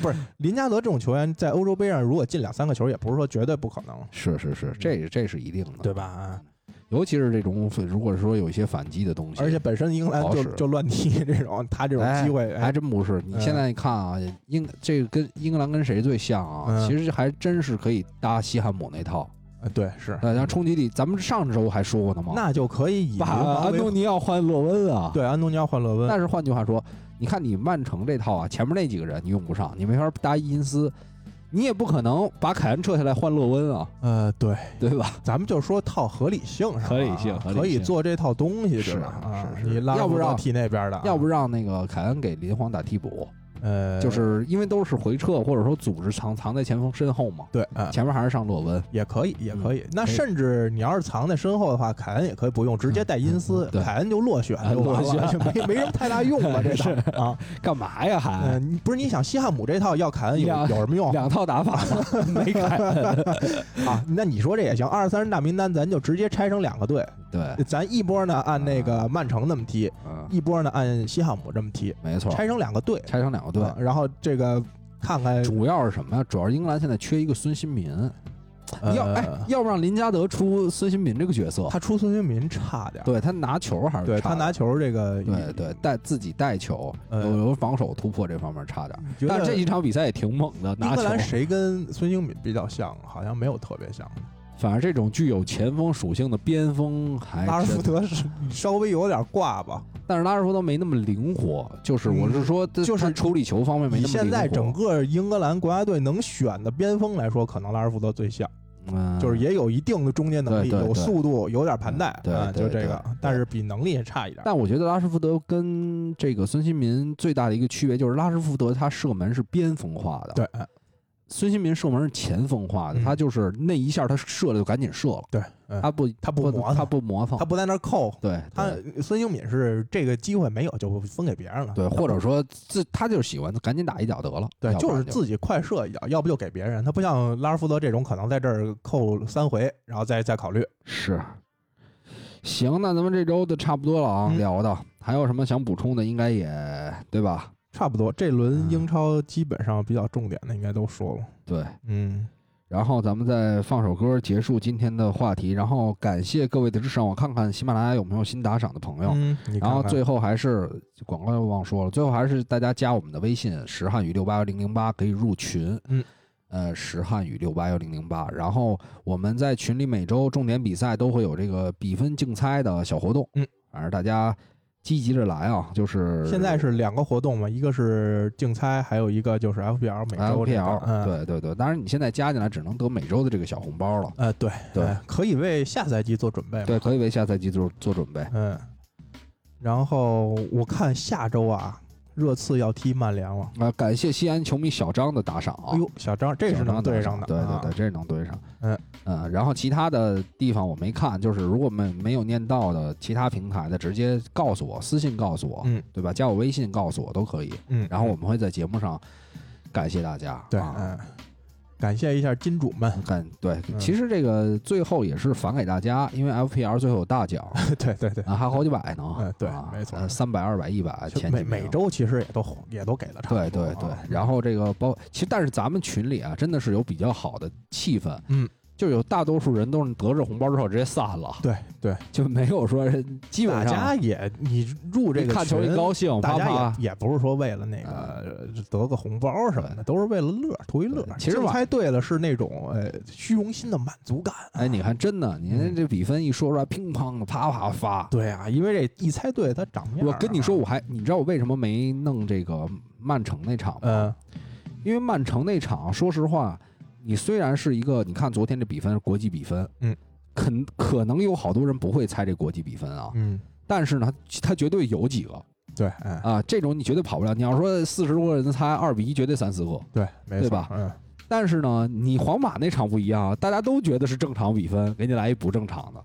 不是林加德这种球员在欧洲杯上如果进两三个球，也不是说绝对不可能，是是是，这这是一定的，对？吧？尤其是这种如果说有一些反击的东西，而且本身英格兰好就使就乱踢这种，他这种哎机会，还哎，真不是。你嗯现在看啊，英这个跟英格兰跟谁最像啊？嗯其实还真是可以搭西汉姆那套。呃对，是，大家冲击力，咱们上周还说过呢嘛，那就可以以把流氓安为东尼奥换洛温啊。。对安东尼奥换勒温，但是换句话说，你看你曼城这套啊，前面那几个人你用不上，你没法搭伊金斯，你也不可能把凯恩撤下来换洛温啊，呃，对，对吧？咱们就说套合理性上啊，合理性合理性可以做这套东西，对吧？是啊是是你拉要不让让踢那边的啊，要不让那个凯恩给林皇打替补，呃，就是因为都是回撤或者说组织藏藏在前锋身后嘛，对，嗯，前面还是上洛温。也可以，也可以。那嗯可以嗯甚至你要是藏在身后的话，凯恩也可以不用，直接带因斯，对啊凯恩就落选就完落了，就没没什么太大用 [LAUGHS] 了。这事儿啊，干嘛呀还？嗯，你不是你想西汉姆这套要凯恩有两有什么用两套打法 [LAUGHS] 没凯恩，啊？那你说这也行，二十三人大名单咱就直接拆成两个队，对，咱一波呢按那啊个曼城那么踢，嗯，一波呢按西汉姆这么踢，没错，拆成两个队，呃拆成两个队，啊然后这个看看主要是什么呀？主要是英格兰现在缺一个孙兴民，要呃哎，要不让林加德出孙兴民这个角色，他出孙兴民差点儿，对他拿球还是对差他点拿球这个，对对带自己带球，呃有有防守突破这方面差点儿，觉但得这一场比赛也挺猛的，英拿格球。兰谁跟孙兴民比较像？好像没有特别像。反正这种具有前锋属性的边锋还拉尔真福德是稍微有点挂吧。但是拉什福德没那么灵活，就是嗯我是说他，就是他处理球方面没以那么灵活。现在整个英格兰国家队能选的边锋来说，可能拉尔福德最像，嗯，就是也有一定的中间能力，对对有对速度，有点盘带，对啊，对就这对个对。但是比能力也差一点。但我觉得拉什福德跟这个孙兴民最大的一个区别就是，拉什福德他射门是边锋化的，对，孙兴民射门是前锋化的，嗯他就是那一下他射了就赶紧射了，对，嗯他不他不磨蹭他不磨蹭他，不在那儿扣，对他对孙兴敏是这个机会没有就分给别人了，对，或者说自他就是喜欢赶紧打一脚得了，啊对，要不就然是自己快射一脚，要不就给别人。他不像拉尔福德这种，可能在这儿扣三回，然后再再考虑。是。行，那咱们这周的差不多了啊，嗯聊的还有什么想补充的，应该也对吧？差不多，这轮嗯英超基本上比较重点的应该都说了。对，嗯，然后咱们再放首歌结束今天的话题，然后感谢各位的支持，让我看看喜马拉雅有没有新打赏的朋友。嗯，你看然后看最后还是广告又忘说了，最后还是大家加我们的微信石汉语六八幺零零八可以入群，嗯，呃，石汉语六八幺零零八。然后我们在群里每周重点比赛都会有这个比分竞猜的小活动，嗯，反正大家积极着来啊，就是现在是两个活动嘛，一个是竞猜，还有一个就是 FPL 每周这个 MPL，、嗯，，对对对，当然你现在加进来只能得每周的这个小红包了，呃，对对哎可以为下赛季做准备嘛。对，可以为下赛季做做准备。嗯，然后我看下周啊，热刺要踢曼联了。啊、感谢西安球迷小张的打赏啊！哎呦，小张，这是小张能对打上的，对对对，啊这是能对上。嗯嗯，然后其他的地方我没看，就是如果没没有念到的其他平台的，直接告诉我，私信告诉我，嗯对吧？加我微信告诉我都可以。嗯，然后我们会在节目上感谢大家。对，啊、嗯，感谢一下金主们， [LAUGHS] 感对，嗯其实这个最后也是返给大家，因为 FPL 最后有大 [LAUGHS] 奖对对对，啊，还好几百呢。嗯对啊没错呃三百、二百、一百，就前每几名每周其实也都也都给了差不多对啊，对对，然后这个包，其实但是咱们群里啊，真的是有比较好的气氛，嗯，就有大多数人都是得着红包之后直接散了， [LAUGHS] 对对，就没有说人基大本家上也你入这个看球一群高兴，大啪家啪。也也不是说为了那个得个红包什么的，都是为了乐，图一乐啊对。其实竞吧猜对了是那种呃虚荣心的满足感。哎，你看，真的，你看这比分一说出来，乒乓的啪啪发。嗯对啊，因为这一猜对它长面儿我啊。跟你说，我还你知道我为什么没弄这个曼城那场吗？嗯，因为曼城那场，说实话，你虽然是一个，你看昨天这比分是国际比分，嗯，可可能有好多人不会猜这国际比分啊，嗯，但是呢，他绝对有几个，对，哎，啊，这种你绝对跑不了。你要说四十多个人猜二比一，绝对三四个。对，没对错吧，嗯，但是呢，你皇马那场不一样，啊大家都觉得是正常比分，给你来一不正常的，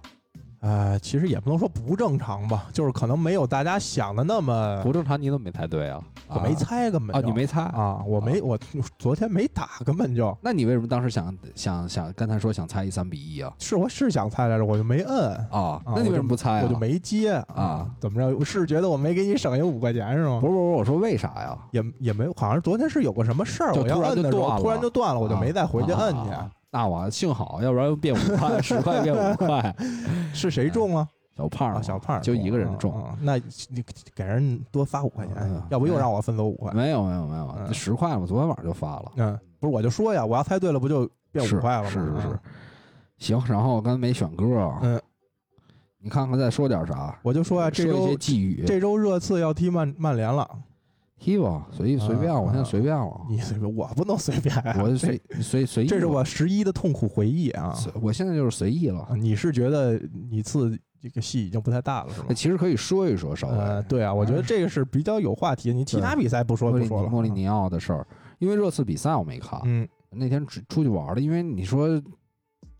呃，其实也不能说不正常吧，就是可能没有大家想的那么，不正常你怎么没猜对啊？嗯我没猜根本啊，就你没猜？啊，我没我昨天没打，根本就那你为什么当时想想想刚才说想猜一三比一啊？是我是想猜来着，我就没摁，啊，啊那你为什么不猜啊？我就没接啊，怎么着？是觉得我没给你省下五块钱是吗不？是不是，我说为啥呀？也也没有，好像昨天是有个什么事儿，就我要突然摁就的时断候了突然就断了，我就没再回去摁去。啊啊啊那我幸好，要不然变五块，十块变五 [LAUGHS] 块。是谁中了？小胖嘛啊，小胖就一个人中，啊啊那你给人多发五块钱嗯，要不又让我分走五块。没有没有没有，嗯十块嘛，昨天晚上就发了。嗯，不是，我就说呀，我要猜对了，不就是变五块了吗？是是是啊，行，然后刚才没选歌啊，嗯，你看看再说点啥？我就说呀，这说一些周寄语，这周热刺要踢曼曼联了，踢吧，随意随便，啊我现在啊随便了，你随便，我不能随便啊，我就这随随随意吧，这是我十一的痛苦回忆啊。随，我现在就是随意了啊。你是觉得你次这个戏已经不太大了是吗那？哎其实可以说一说稍微，呃，对啊，我觉得这个是比较有话题。你其他比赛不说嗯莫里不尼说了，莫里尼奥的事儿，因为热刺比赛我没看，嗯，那天出出去玩了，因为你说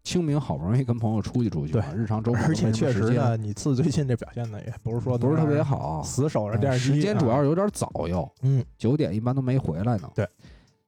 清明好不容易跟朋友出去出去嘛，日常周末都而且没什么确时实间呢，你次最近这表现呢，也不是说不是特别能让人好，死守着嗯电视机，啊时间主要是有点早又，嗯，九点一般都没回来呢。对，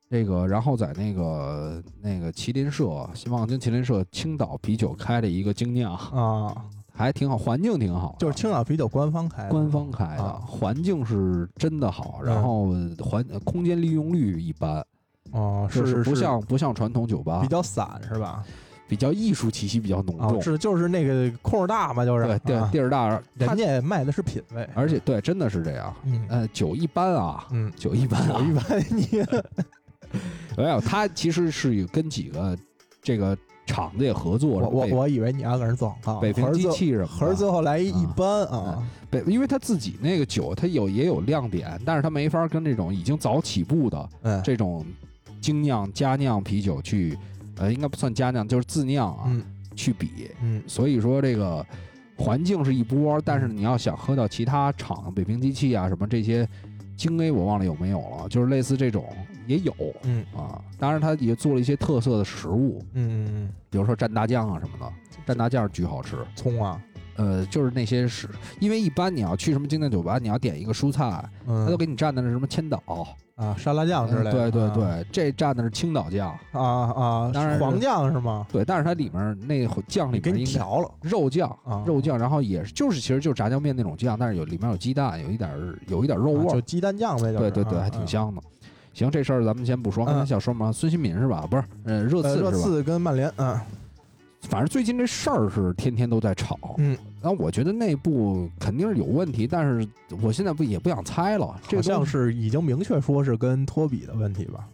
这个然后在那个那个麒麟社，希望跟麒麟社青岛啤酒开了一个精酿， [LAUGHS] 啊，还挺好，环境挺好的，就是青岛啤酒官方开的，官方开的，啊嗯呃环境是真的好，然后环空间利用率一般，哦，就是不像不像传统酒吧，比较散是吧？比较艺术气息比较浓啊重，，是就是那个空儿大嘛，就是对地啊地儿大，它人家卖的是品味，而且对真的是这样。嗯呃，酒一般啊，嗯，呃酒一般有啊一，般 [LAUGHS] 你没有，它其实是有跟几个这个厂子也合作，我是我北我以为你要搁那做广告，北啊盒平儿机最器什么盒儿的最后来一一般啊，北，因为他自己那个酒，他有也有亮点，但是他没法跟这种已经早起步的嗯哎这种精酿佳酿啤酒去，呃，应该不算佳酿，就是自酿啊，嗯去比。嗯所以说这个环境是一波，但是你要想喝到其他厂，北平机器啊什么这些京 A 我忘了有没有了，就是类似这种也有嗯啊。当然，他也做了一些特色的食物，嗯嗯，比如说蘸大酱啊什么的，蘸大酱巨好吃。葱啊，呃，就是那些是，因为一般你要去什么精酿酒吧，你要点一个蔬菜，他都嗯给你蘸的是什么千岛，啊沙拉酱之类的，对对啊对，这蘸的是青岛酱，啊啊，当然是黄酱是吗？对，但是它里面那会酱里给面你应该调了肉酱。啊，肉酱，然后也是就是其实就是炸酱面那种酱，但是有里面有鸡蛋，有一点儿有一点儿肉啊味就儿，鸡蛋酱呗，就是对对对，啊还啊挺香的。行，这事儿咱们先不说，刚才嗯想说嘛，孙兴民是吧？不是，呃，热呃刺热是吧？刺跟曼联，嗯反正最近这事儿是天天都在吵，嗯，然后我觉得内部肯定是有问题，但是我现在不也不想猜了，这个好东像西是已经明确说是跟托比的问题吧？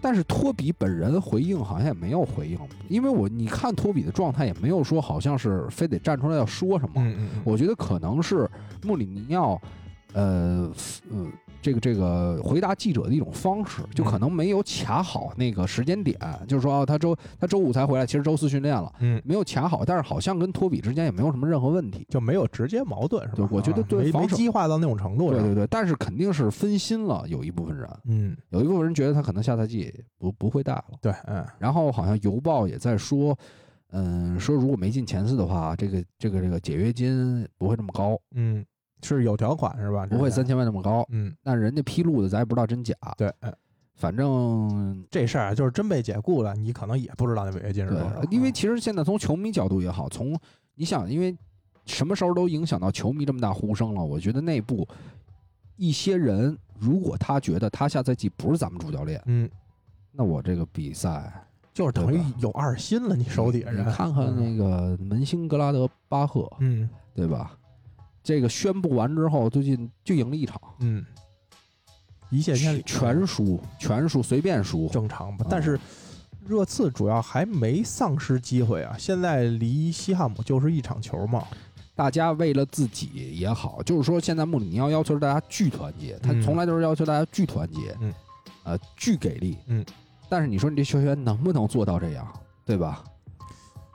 但是托比本人回应好像也没有回应，因为我你看托比的状态也没有说好像是非得站出来要说什么。嗯嗯我觉得可能是穆里尼奥，呃，呃，这个这个回答记者的一种方式，嗯就可能没有卡好那个时间点，就是说、哦、他周他周五才回来，其实周四训练了，嗯，没有卡好，但是好像跟托比之间也没有什么任何问题。就没有直接矛盾是吧对？我觉得啊对没防没守激化到那种程度对上。对对，但是肯定是分心了，有一部分人，嗯，有一部分人觉得他可能下赛季不不会带了。对，嗯然后好像邮报也在说，嗯，说如果没进前四的话，这个这个这个解约金不会那么高，嗯，是有条款是吧？不会之三前。千万那么高。嗯，但人家披露的咱也不知道真假，对，嗯反正这事儿啊就是真被解雇了，你可能也不知道那啊违约金是对多少，，因为其实现在从球迷角度也好，从你想，因为什么时候都影响到球迷这么大呼声了，我觉得内部一些人如果他觉得他下赛季不是咱们主教练，嗯，那我这个比赛，就是等于对吧有二心了，你手底下嗯你人。看看那个门兴格拉德巴赫，嗯对吧？这个宣布完之后，最近就赢了一场，嗯，一泻千里，全输，全输，随便输。正常吧嗯？但是热刺主要还没丧失机会啊，现在离西汉姆就是一场球啊嘛。大家为了自己也好，就是说现在穆里尼奥要求大家巨团结，他嗯从来就是要求大家巨团结，嗯，呃，巨给力，嗯。但是你说你这球员能不能做到这样，对吧？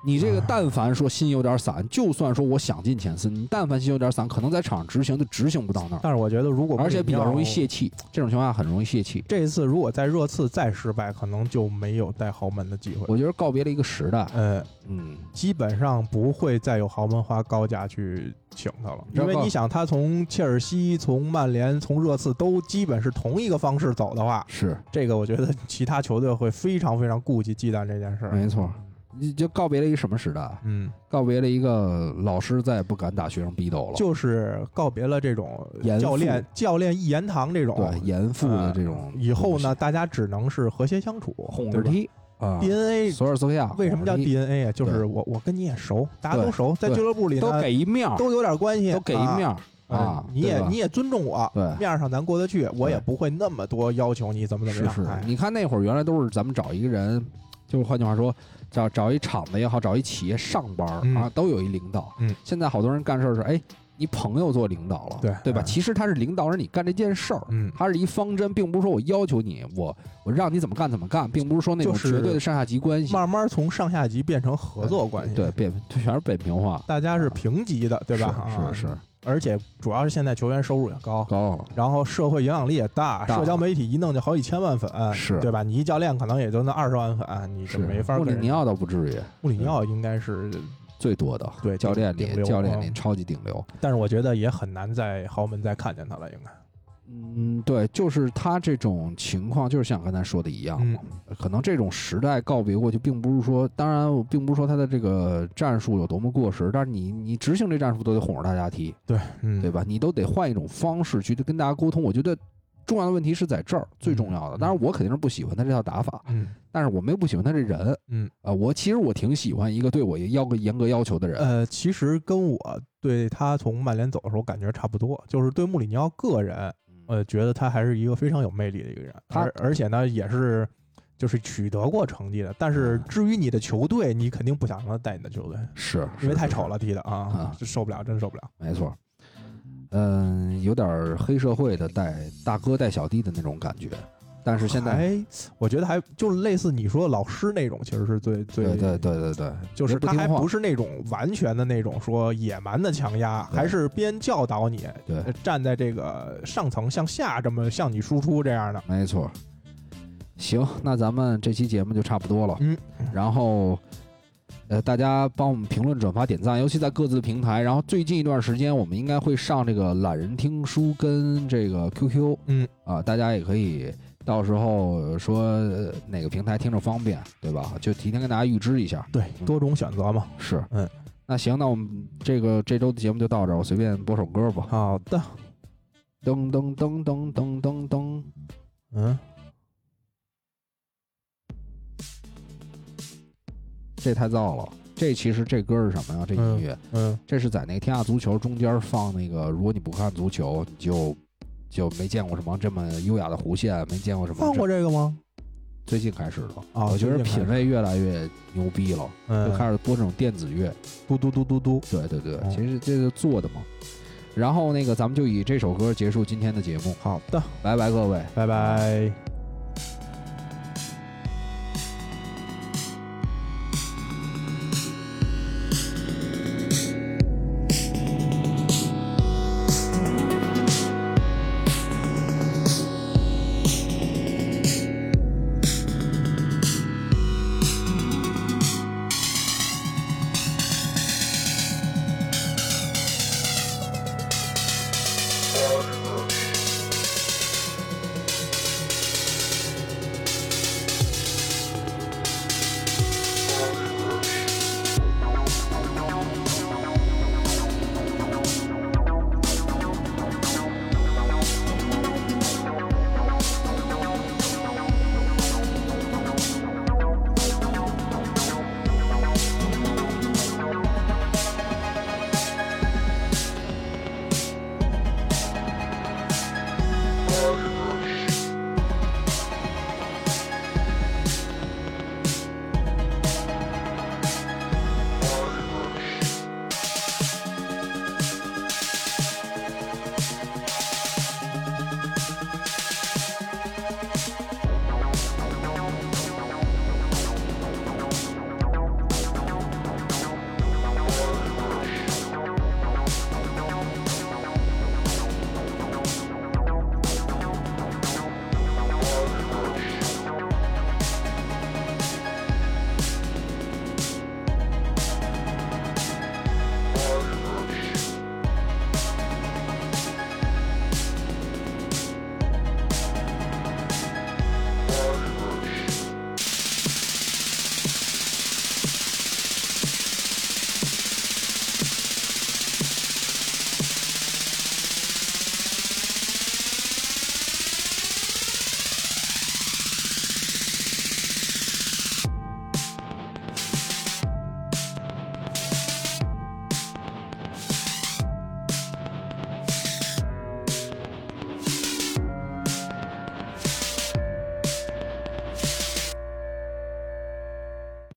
你这个唉但凡说心有点散，就算说我想进前四，你但凡心有点散，可能在场上执行就执行不到那儿，但是我觉得如果而且穆里比尼奥较容易泄气。这种情况下很容易泄气。这一次如果在热刺再失败，可能就没有带豪门的机会。我觉得告别了一个时代，呃，嗯，基本上不会再有豪门花高价去请他了，因为你想，他从切尔西、从曼联、从热刺都基本是同一个方式走的话，是这个我觉得其他球队会非常非常顾忌忌惮这件事儿。没错，你就告别了一个什么时代？嗯，告别了一个老师再也不敢打学生逼斗了，就是告别了这种严父教练教练一言堂这种，对严父的呃这种、以后呢，，大家只能是和谐相处，哄对着吧踢啊， DNA 索尔斯克亚为什么叫哄着踢 DNA 啊？就对是我我跟你也熟，大家都对熟，在对俱乐部里都呢给一面儿，都有点关系，都给一啊面儿啊啊，，你也对吧你也尊重我，对 [LAUGHS] 面儿上咱过得去，我也对不会那么多要求你怎么怎么是样。是哎，你看那会儿原来都是咱们找一个人，就是换句话说，找找一厂子也好，找一企业上班儿、嗯啊，都有一领导。嗯，现在好多人干事儿是哎。你朋友做领导了，对对吧？嗯其实他是领导，是你干这件事儿，嗯它是一方针，并不是说我要求你，我我让你怎么干怎么干，并不是说那种就是绝对的上下级关系，慢慢从上下级变成合作关系，对，，北全是北平话，大家是平级的，对吧？啊是是是，而且主要是现在球员收入也高。高了，然后社会影响力也大，大社交媒体一弄就好几千万粉，是对吧？你一教练可能也就那二十万粉，你是就没法穆跟里人。尼奥倒不至于，穆里尼奥应该是，最多的对嗯教练顶里流教练嗯里超级顶流，但是我觉得也很难在豪门再看见他了，应啊该。嗯，对，就是他这种情况，就是像刚才说的一样，嗯可能这种时代告别过去，并不是说，当然，我并不是说他的这个战术有多么过时，但是你你执行这战术都得哄着大家踢，对，嗯，对吧？你都得换一种方式去跟大家沟通。我觉得重要的问题是在这儿，最重要的。当然，我肯定是不喜欢他这套打法，嗯但是我没有不喜欢他这人。嗯，啊，我其实我挺喜欢一个对我要个严格要求的人。呃，其实跟我对他从曼联走的时候感觉差不多，就是对穆里尼奥个人，嗯呃，觉得他还是一个非常有魅力的一个人，他而而且呢也是。就是取得过成绩的，但是嗯至于你的球队，你肯定不想让他带你的球队，是，是因为太是丑了踢的啊啊，这受不了，真受不了。没错，嗯，有点儿黑社会的带大哥带小弟的那种感觉，但是现在，哎，我觉得还就是类似你说的老师那种，其实是最最对对对对对，就是人不他还听话不，是那种完全的那种说野蛮的强压，对还是边教导你，对呃，站在这个上层向下这么向你输出这样的。没错。行，那咱们这期节目就差不多了。嗯，然后，呃，大家帮我们评论、转发、点赞，尤其在各自的平台。然后最近一段时间，我们应该会上这个懒人听书跟这个 QQ。嗯，啊，大家也可以到时候说呃哪个平台听着方便，对吧？就提前跟大家预知一下。对，嗯多种选择嘛。是，嗯，那行，那我们这个这周的节目就到这儿，我随便播首歌吧。好的，噔噔噔噔噔噔噔，嗯，这太燥了。这其实这歌是什么呀？这音乐，嗯，这是在那个天下足球中间放那个，如果你不看足球，你就就没见过什么这么优雅的弧线，没见过什么这。放过这个吗？最近开始的，啊我觉得最近开始品味越来越牛逼了，就嗯，开始播这种电子乐。嘟嘟嘟嘟嘟，对对对，嗯其实这就做的嘛。然后那个，咱们就以这首歌结束今天的节目。好的，拜拜，各位。拜拜。